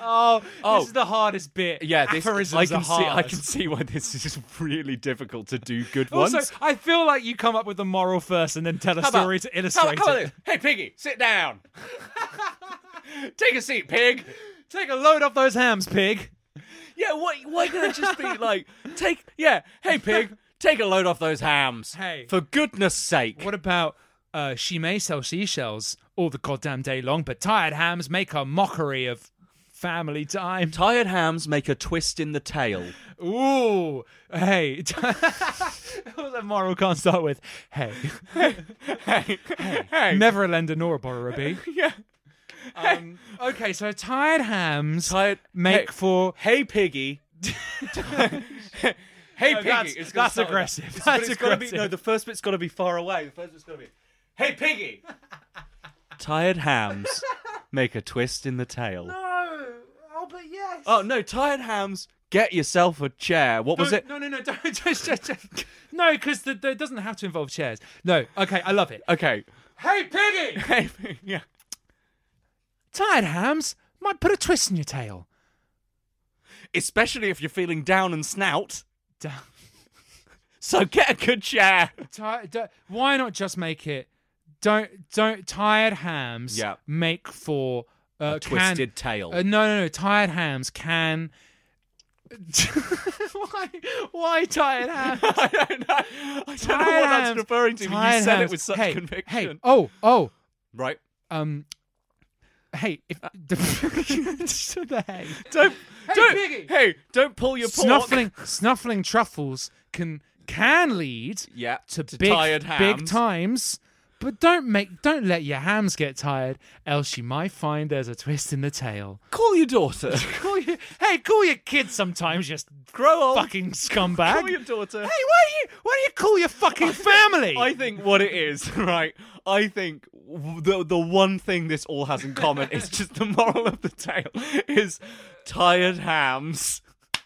Oh,
Oh.
this is the hardest bit.
yeah. This.
Aphorisms
I can
are
see. I
hard.
can see why this is really difficult to do good
Also,
ones.
I feel like you come up with the moral first and then tell a
How about-
story to
how
illustrate
about- how about
it.
this? Hey, piggy, sit down. [LAUGHS] Take a seat, pig.
Take a load off those hams, pig.
Yeah, why, why can't it just [LAUGHS] be like, take, yeah, hey pig, take a load off those hams.
Hey.
For goodness sake.
What about, uh, she may sell seashells all the goddamn day long, but tired hams make a mockery of family time.
Tired hams make a twist in the tail.
Ooh, hey. [LAUGHS] that was a moral can't start with. Hey. hey.
Hey.
[LAUGHS]
hey.
Never a lender nor a borrower [LAUGHS] be.
yeah.
Um, okay, so tired hams make
hey,
for.
Hey
[LAUGHS]
piggy. Hey, piggy.
No, that's-
it's
that's
gonna start with
aggressive.
that. It's-
[LAUGHS] That's
but it's gotta be-
aggressive.
no, the first bit's got to be far away. The first bit's got to be, hey, piggy. [LAUGHS] tired hams make a twist in the tail.
No. Oh, but yes.
Oh no, tired hams. Get yourself a chair. What was
Don't-
it?
No, no, [LAUGHS] no, don't, just, just, just- [LAUGHS] no, because the, the, it doesn't have to involve chairs. No, okay, I love it.
Okay.
Hey,
[LAUGHS]
piggy!
Hey, pig- yeah.
Tired hams might put a twist in your tail.
Especially if you're feeling down and snout.
D-
So get a good chair. [LAUGHS]
ti- d- why not just make it? Don't don't tired hams
Yeah.
make for uh,
A
can-
twisted tail.
Uh, no, no, no. Tired hams [LAUGHS] can. why? Why tired hams?
I don't know. I don't know
Tired
what that's
hams,
referring to. But you
tired
said it
hams.
with such
hey,
conviction.
Hey, oh, oh,
Right.
um, hey, if [LAUGHS] the hey,
Don't.
Hey,
don't.
piggy!
Hey, don't pull your pork.
snuffling snuffling truffles can can lead
[LAUGHS] Yeah.
to,
to
big
tired
big
hams.
times. But don't make don't let your hams get tired, else you might find there's a twist in the tail.
Call your
[LAUGHS]
daughter.
Call your, hey, call your kids sometimes, just
Grow old.
[LAUGHS] fucking scumbag.
Call your daughter.
Hey, why do you why do you call your [LAUGHS] fucking family?
I think what it is, [LAUGHS] right? I think w- the the one thing this all has in common is just the moral of the tale is tired hams, [LAUGHS]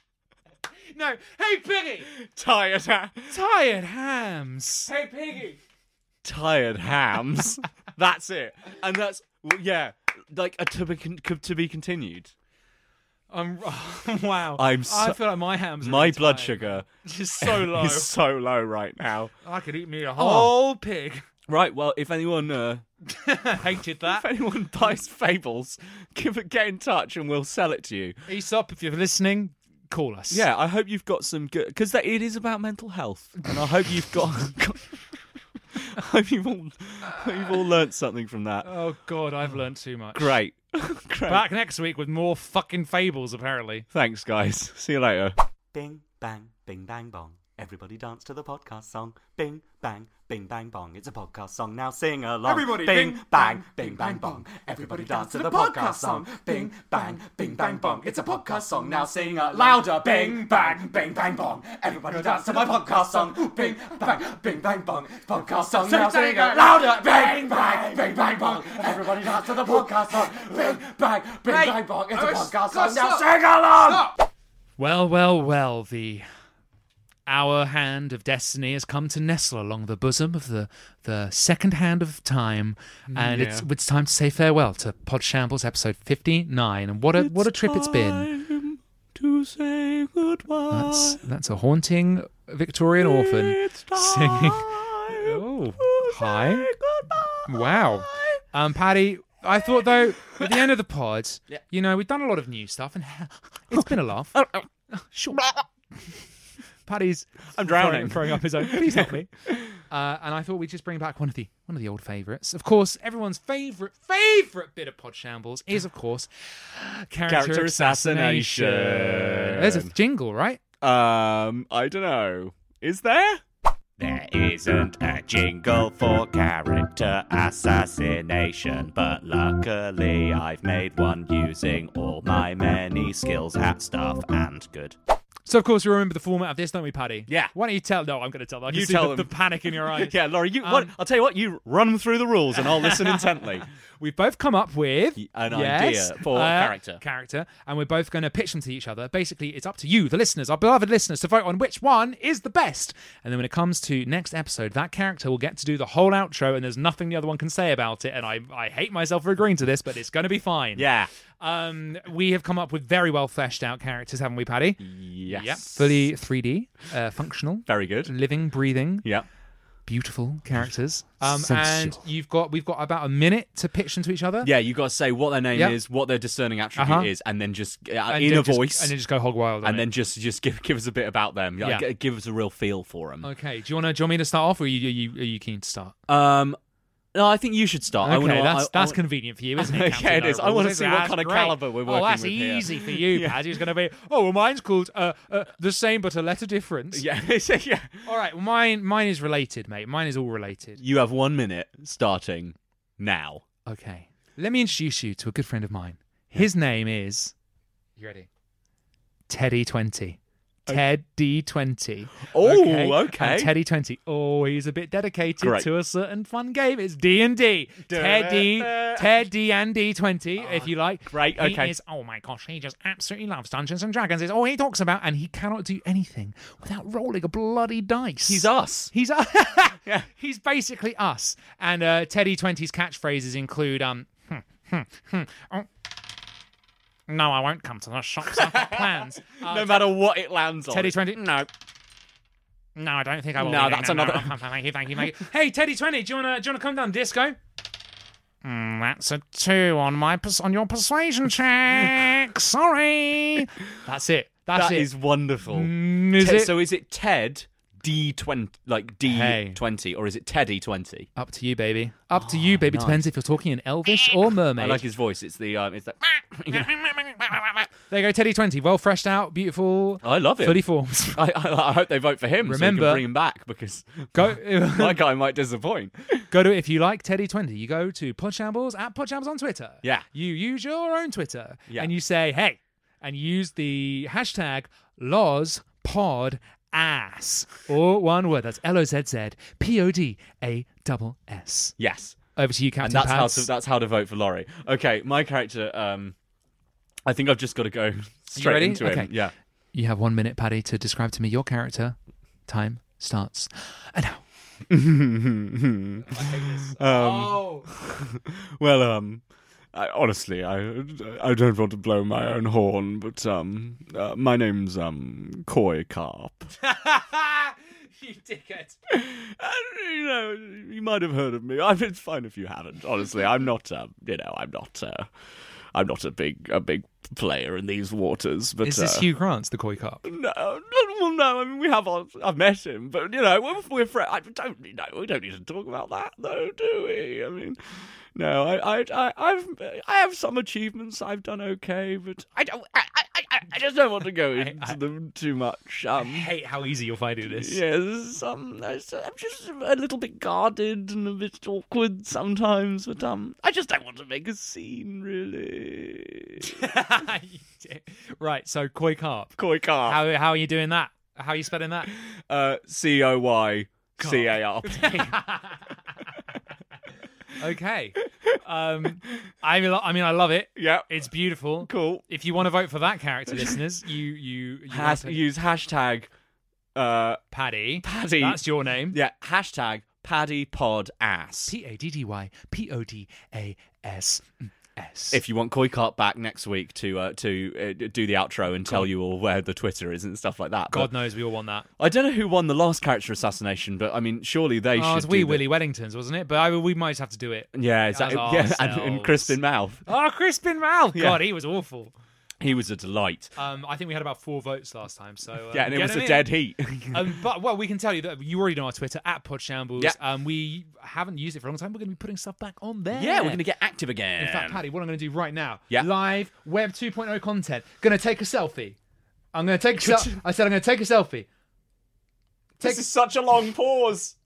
no, hey piggy,
tired ha-
tired hams.
Hey piggy, tired hams. [LAUGHS] that's it, and that's w- yeah, like a to be con- co- to be continued.
I'm [LAUGHS] oh, wow.
I'm so-
I feel like my hams. Are
My
really
blood
tired.
sugar
just so low.
is Oh. so low right now.
[LAUGHS] I could eat me a whole pig. [LAUGHS]
Right, well, if anyone uh,
Hated that.
if [LAUGHS] anyone buys fables, give it, get in touch and we'll sell it to you.
Aesop, if you're listening, call us.
Yeah, I hope you've got some good because it is about mental health, and I hope you've got. [LAUGHS] got I hope you've all, hope you've all learnt something from that.
Oh God, I've learned too much.
Great, great.
Back next week with more fucking fables, apparently.
Thanks, guys. See you later.
Bing, bang, bing, bang, bong. Everybody dance to the podcast song. Bing, bang, bing, bang, bong. It's a podcast song. Now sing along.
Everybody,
bing,
bing,
bang,
bang,
bing, bang, bong. Everybody dance to the
podcast
podcast song.
song.
Bing, bang, bing, bang, bong. It's a podcast song. Now sing it louder.
Louder.
Bing, bang, bing, bang, bong. Everybody dance to my podcast song. Bing, bang, bing, bang, bong. Podcast song. Now sing it louder. Bing, bang, bing, bang, bong. Everybody dance to the podcast song. Bing, bang, bing,
Hey,
bang, bong. It's a
oh,
podcast
stop,
song. Now
stop.
sing along.
Well, well, well. The hour hand of destiny has come to nestle along the bosom of the the second hand of time,
Mm,
and it's it's time to say farewell to Pod Shambles episode fifty nine. And what a what a trip it's been.
Time to say goodbye.
That's that's a haunting Victorian orphan
It's time
singing.
to
Oh,
say
hi.
goodbye.
Wow. Um, Paddy, I thought though at the end of the pod, you know, we've done a lot of new stuff and [LAUGHS] it's been
[LAUGHS]
a laugh. [LAUGHS] sure. Paddy's
I'm drowning.
throwing, throwing up his own. Please help me. Uh, and I thought we'd just bring back one of the one of the old favourites. Of course, everyone's favourite favourite bit of pod shambles is, of course, character,
Character assassination.
There's a jingle, right?
Um, I don't know. Is there?
There isn't a jingle for character assassination, but luckily I've made one using all my many skills at stuff and good.
So, of course, we remember the format of this, don't we, Paddy?
Yeah.
Why don't you tell? No, I'm going to tell. I can
You
see
tell
the,
them.
the panic in
[LAUGHS]
your eyes.
[LAUGHS] Yeah, Laurie. You. what,
Um,
I'll tell you what. You run through the rules, and I'll
[LAUGHS]
listen intently.
We've both come up with
an
yes,
idea
Uh,
for character.
character, and we're both going to pitch them to each other. Basically, it's up to you, the listeners, our beloved listeners, to vote on which one is the best. And then when it comes to next episode, that character will get to do the whole outro, and there's nothing the other one can say about it. And I, I hate myself for agreeing to this, but it's going to be fine.
Yeah.
Um, we have come up with very well fleshed out characters, haven't we, Paddy?
Yes.
Yep. Fully 3D, uh, functional,
Very good.
living, breathing.
Yeah.
beautiful characters. Um, and you've got we've got about a minute to pitch them to each other.
Yeah, you got to say what their name yep. is, what their discerning attribute uh-huh. is, and then just uh,
and
in
then
a
just,
voice,
and then just go hog wild,
and then
it.
just just give give us a bit about them. Like, yeah. give us a real feel for them.
Okay, do you want to? Do you want me to start off, or are you are you, are you keen to start?
Um, no, I think you should start.
Okay,
wanna,
that's,
I,
that's
I,
convenient for
[LAUGHS]
you, isn't it?
yeah, it is. I want to see what
that's
kind of
great.
caliber we're working with.
Oh, that's
with
easy
here.
for you,
[LAUGHS]
yeah. Paz. It's going to be. Oh, well, mine's called uh, uh, the same but a letter
[LAUGHS]
difference.
Yeah, yeah.
All right, well, mine mine is related, mate. Mine is all related.
You have one minute starting now.
Okay, let me introduce you to a good friend of mine. His name is. You ready? Teddy Twenty. Ted D20.
Oh, okay. okay.
And Teddy 20. Oh, he's a bit dedicated Great. to a certain fun game. It's D&D. Teddy, Teddy and D20, oh, if you like.
Ah, Great, okay.
He is, oh my gosh, he just absolutely loves Dungeons and Dragons. It's all he talks about, and he cannot do anything without rolling a bloody dice.
He's us.
He's [LAUGHS] us. yeah. He's basically us. And uh, Teddy 20's catchphrases include, um, hmm, hmm, hmm, oh, no, I won't come to the shops. I've
[LAUGHS]
got plans.
Uh, no matter what it lands on.
Teddy 20, no. No, I don't think I will.
No, that's
no,
another.
No, no, thank you, thank you, thank you. hey, Teddy 20, do you want to do you wanna come down disco? Mm, that's a two on my pers- on
[LAUGHS]
your persuasion check. Sorry. That's it. That's
that
it.
is wonderful.
Mm, is
Ted,
it?
So is it Ted D twenty like D twenty, hey. or is it Teddy twenty?
Up to you, baby. Up oh, to you, baby. Nice. Depends if you're talking in Elvish or Mermaid. I
like his voice. It's the um, it's
[LAUGHS]
that.
there you go, Teddy twenty. Well freshed out, beautiful.
I love it.
Fully formed.
[LAUGHS]
[LAUGHS]
I, I, I, hope they vote for him.
Remember,
so bring him back because [LAUGHS]
go.
my guy might disappoint.
[LAUGHS] go to if you like Teddy twenty. You go to Podshambles at Podshambles on Twitter.
Yeah.
You use your own Twitter. Yeah. And you say hey, and use the hashtag Laws Pod ass. Or one word. That's L O Z Z P O D A double S.
Yes.
Over to you, Captain.
And that's
Pats.
how to that's how to vote for Laurie. Okay, my character. Um, I think I've just got to go [LAUGHS] straight into
okay.
him. Yeah.
You have one minute, Paddy, to describe to me your character. Time starts and now.
um,
oh.
[LAUGHS] well, um, I, honestly, I I don't want to blow my own horn, but um, uh, my name's um Coy Carp.
[LAUGHS] you
[LAUGHS]
dickhead!
Uh, you know, you might have heard of me. I mean, it's fine if you haven't. Honestly, I'm not. Um, you know, I'm not. Uh, I'm not a big a big player in these waters. But
is this
uh,
Hugh Grant's the Coy Carp?
No, well, no. I mean, we have. Our, I've met him, but you know, we're, we're friends. I don't. You know, we don't need to talk about that, though, do we? I mean. No, I, I, I, I've, I have some achievements. I've done okay, but I don't. I, I, I, [LAUGHS] I just don't want to go into
I-
them too much. Um, [LAUGHS]
I hate how easy you're finding this. [LAUGHS]
Yes, um, I, am just a little bit guarded and a bit awkward sometimes, but um, I just don't want to make a scene, really.
right. So, koi
[LAUGHS]
carp.
Koi carp.
How, how are you doing that? How are you spelling that?
Uh, C O Y C A R P. [LAUGHS]
okay. Um, I mean, I mean, I love it.
Yeah,
it's beautiful.
Cool.
If you want to vote for that character, listeners, you you, you
Has-
to...
use hashtag uh,
Paddy.
Paddy.
That's your name.
Yeah. Hashtag Paddy Pod Ass.
P A D D Y P O D A S Mm. S.
If you want Koi Cart back next week to uh, to uh, do the outro and tell you all where the Twitter is and stuff like that. but
God knows we all want that.
I don't know who won the last character assassination, but I mean, surely they
Oh,
should.
it's wee
do the-
Willie Wellingtons, wasn't it? But I, we might just have to do it.
Yeah, exactly.
As
Yeah, [LAUGHS] and, and
ourselves.
Crispin Mouth.
Oh, Crispin Mouth.
Yeah.
God, he was awful.
He was a delight.
Um, I think we had about four votes last time. So uh,
[LAUGHS] yeah, and it
get
was
him
a
in.
dead heat. [LAUGHS]
um, but well, we can tell you that you already know our Twitter at Podshambles.
Yeah.
Um, we haven't used it for a long time. We're going to be putting stuff back on there.
yeah, we're gonna get active again.
In fact, Paddy, what I'm going to do right now,
Yeah.
live Web 2.0 content. Going to take a selfie. I'm going to take.
[LAUGHS]
A sel- I said I'm going to take a selfie.
this is such a long pause.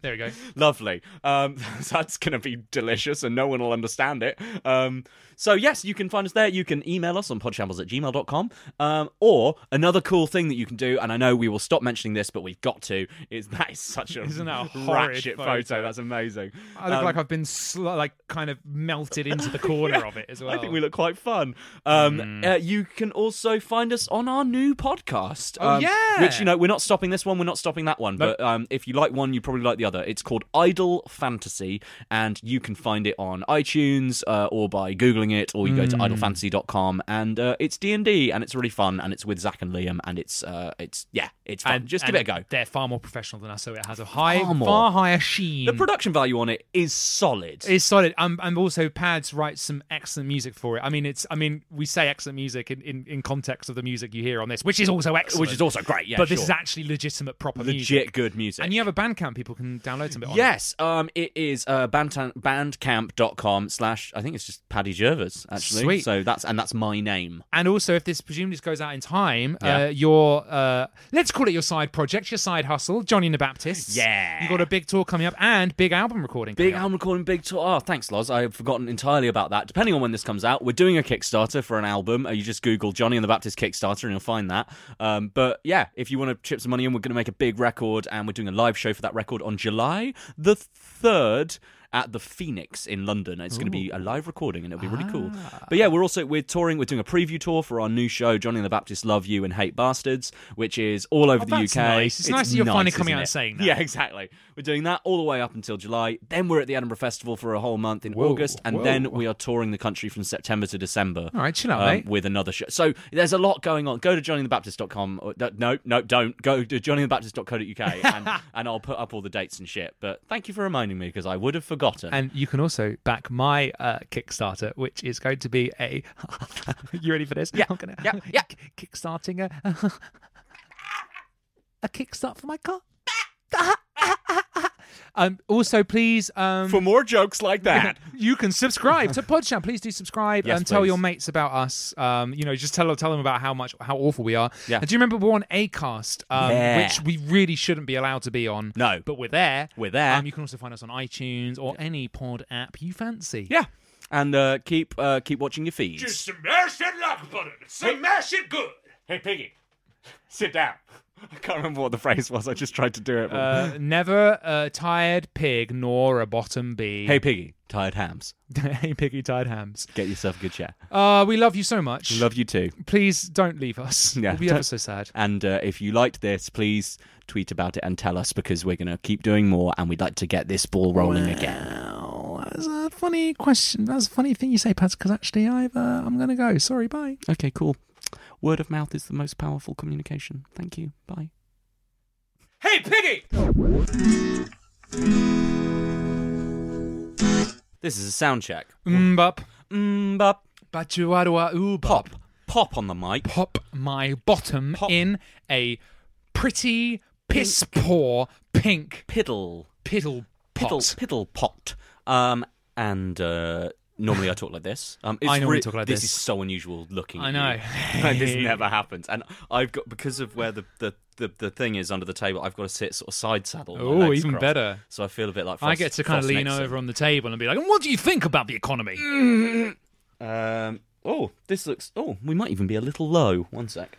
There we go.
Lovely. Um, [LAUGHS] that's going to be delicious and no one will understand it. Um, so, yes, you can find us there. You can email us on podshambles at gmail.com. Um, or another cool thing that you can do, and I know we will stop mentioning this, but we've got to, is [LAUGHS] that is such a
Isn't that a horrid
ratchet
photo?
That's amazing.
I look
Um,
like I've been sl- like kind of melted into
[LAUGHS]
the corner of it as well. Mm.
I think we look quite fun. Um, uh, you can also find us on our new podcast.
Oh,
um,
yeah.
Which, you know, we're not stopping this one, we're not stopping that one. But um, if you like one, you probably like the other. It's called Idle Fantasy, and you can find it on iTunes uh, or by Googling it, or you go to
Mm.
idlefantasy.com. And uh, it's D&D, and it's really fun, and it's with Zach and Liam, and it's, uh, it's yeah, It's fun.
And-
just
and
give it a go.
They're far more professional than us, so it has a high,
Far
far,
more.
higher sheen.
The production value on it is solid.
It's solid. Um, and also, Pads writes some excellent music for it. I mean, it's. I mean, we say excellent music in, in, in context of the music you hear on this, which is also excellent,
Which is also great, yeah,
but this
sure.
is actually legitimate, proper
Legit
music.
good music.
And you have a Bandcamp people can download some bit. on.
Yes, um, it is uh, bandcamp, bandcamp.com slash, I think it's just Paddy Jervis, actually.
Sweet.
So that's, and that's my name.
And also, if this presumably this goes out in time,
Yeah.
uh, your uh, let's call it your side project, your side hustle, Johnny and the Baptist.
Yeah.
you got a big tour coming up and big album recording.
Big
coming up.
album recording, big tour. Oh, thanks, Loz. I've forgotten entirely about that. Depending on when this comes out, we're doing a Kickstarter for an album. Uh, You just Google Johnny and the Baptist Kickstarter and you'll find that. Um, but yeah, if you want to chip some money in, we're going to make a big record and we're doing a live show for that record on July the 3rd at the Phoenix in London. It's going to be a live recording and it'll be really cool.
Ah.
But yeah, we're also we're touring, we're doing a preview tour for our new show Johnny and the Baptist Love You and Hate Bastards, which is all over
Oh,
the
that's
UK.
nice. It's nice that you're finally coming
isn't
out and
it?
saying
[LAUGHS]
that.
Yeah, exactly. We're doing that all the way up until July. Then we're at the Edinburgh Festival for a whole month in
Whoa,
August, and
whoa.
then we are touring the country from September to December. um,
All right, chill out, mate.
With another show. So there's a lot going on. Go to johnnythebaptist.com. Or, no, Uh, no, no, don't. Go to
[LAUGHS]
johnnythebaptist.co.uk and, and I'll put up all the dates and shit. But thank you for reminding me because I would have forgotten.
And you can also back my uh, Kickstarter, which is going to be a. [LAUGHS] you ready for this? Yeah. I'm gonna, [LAUGHS] yeah. Yeah. Kickstarting a. [LAUGHS] a kickstart for my car. [LAUGHS] um. Also, please. Um.
for more jokes like
[LAUGHS]
that.
you can subscribe to Podsham. Please do subscribe
Yes,
and tell
please.
your mates about us. Um, you know, just tell tell them about how much how awful we are.
Yeah.
And do you remember we're on Acast, um,
Yeah.
which we really shouldn't be allowed to be on.
No.
but we're there.
We're there.
Um, you can also find us on iTunes or any pod app you fancy.
yeah. And uh, keep uh, keep watching your feeds.
Just smash that like button. Smash it good.
Hey, Piggy, sit down. I can't remember what the phrase was. I just tried to do it. but-
Uh, never a tired pig nor a bottom bee.
hey, Piggy, tired hams.
[LAUGHS] hey piggy tired hams.
Get yourself a good [LAUGHS] chair.
Uh, we love you so much.
Love you too.
Please don't leave us.
Yeah,
we'll be
don't-
ever so sad.
And uh, if you liked this, please tweet about it and tell us because we're going to keep doing more and we'd like to get this ball rolling again.
Oh, that's a funny question. That's a funny thing you say, Pat, because actually I've, uh, I'm going to go. Sorry, bye.
[LAUGHS] Okay, cool. Word of mouth is the most powerful communication. Thank you. Bye.
Hey, piggy!
This is a sound check.
Mbop.
Mbop.
Bachuadua oobop.
Pop. Pop on the mic.
Pop my bottom
Pop.
in a pretty piss poor pink
Piddle.
piddle pot.
Piddle. Piddle pot. Um, and uh, normally I talk like this. Um, it's
I normally
re-
talk like
this.
this.
is so unusual looking.
I
at
know.
you. [LAUGHS] Like,
[LAUGHS]
this never happens. And I've got, because of where the, the, the, the thing is under the table, I've got to sit sort of side saddle. my
Oh,
legs
even
crossed.
better.
So I feel a bit like
I
Frost-
get to kind of
Frost
lean
Nixon.
over on the table and be like, and what do you think about the economy?
Um, oh, this looks. Oh, we might even be a little low. One sec.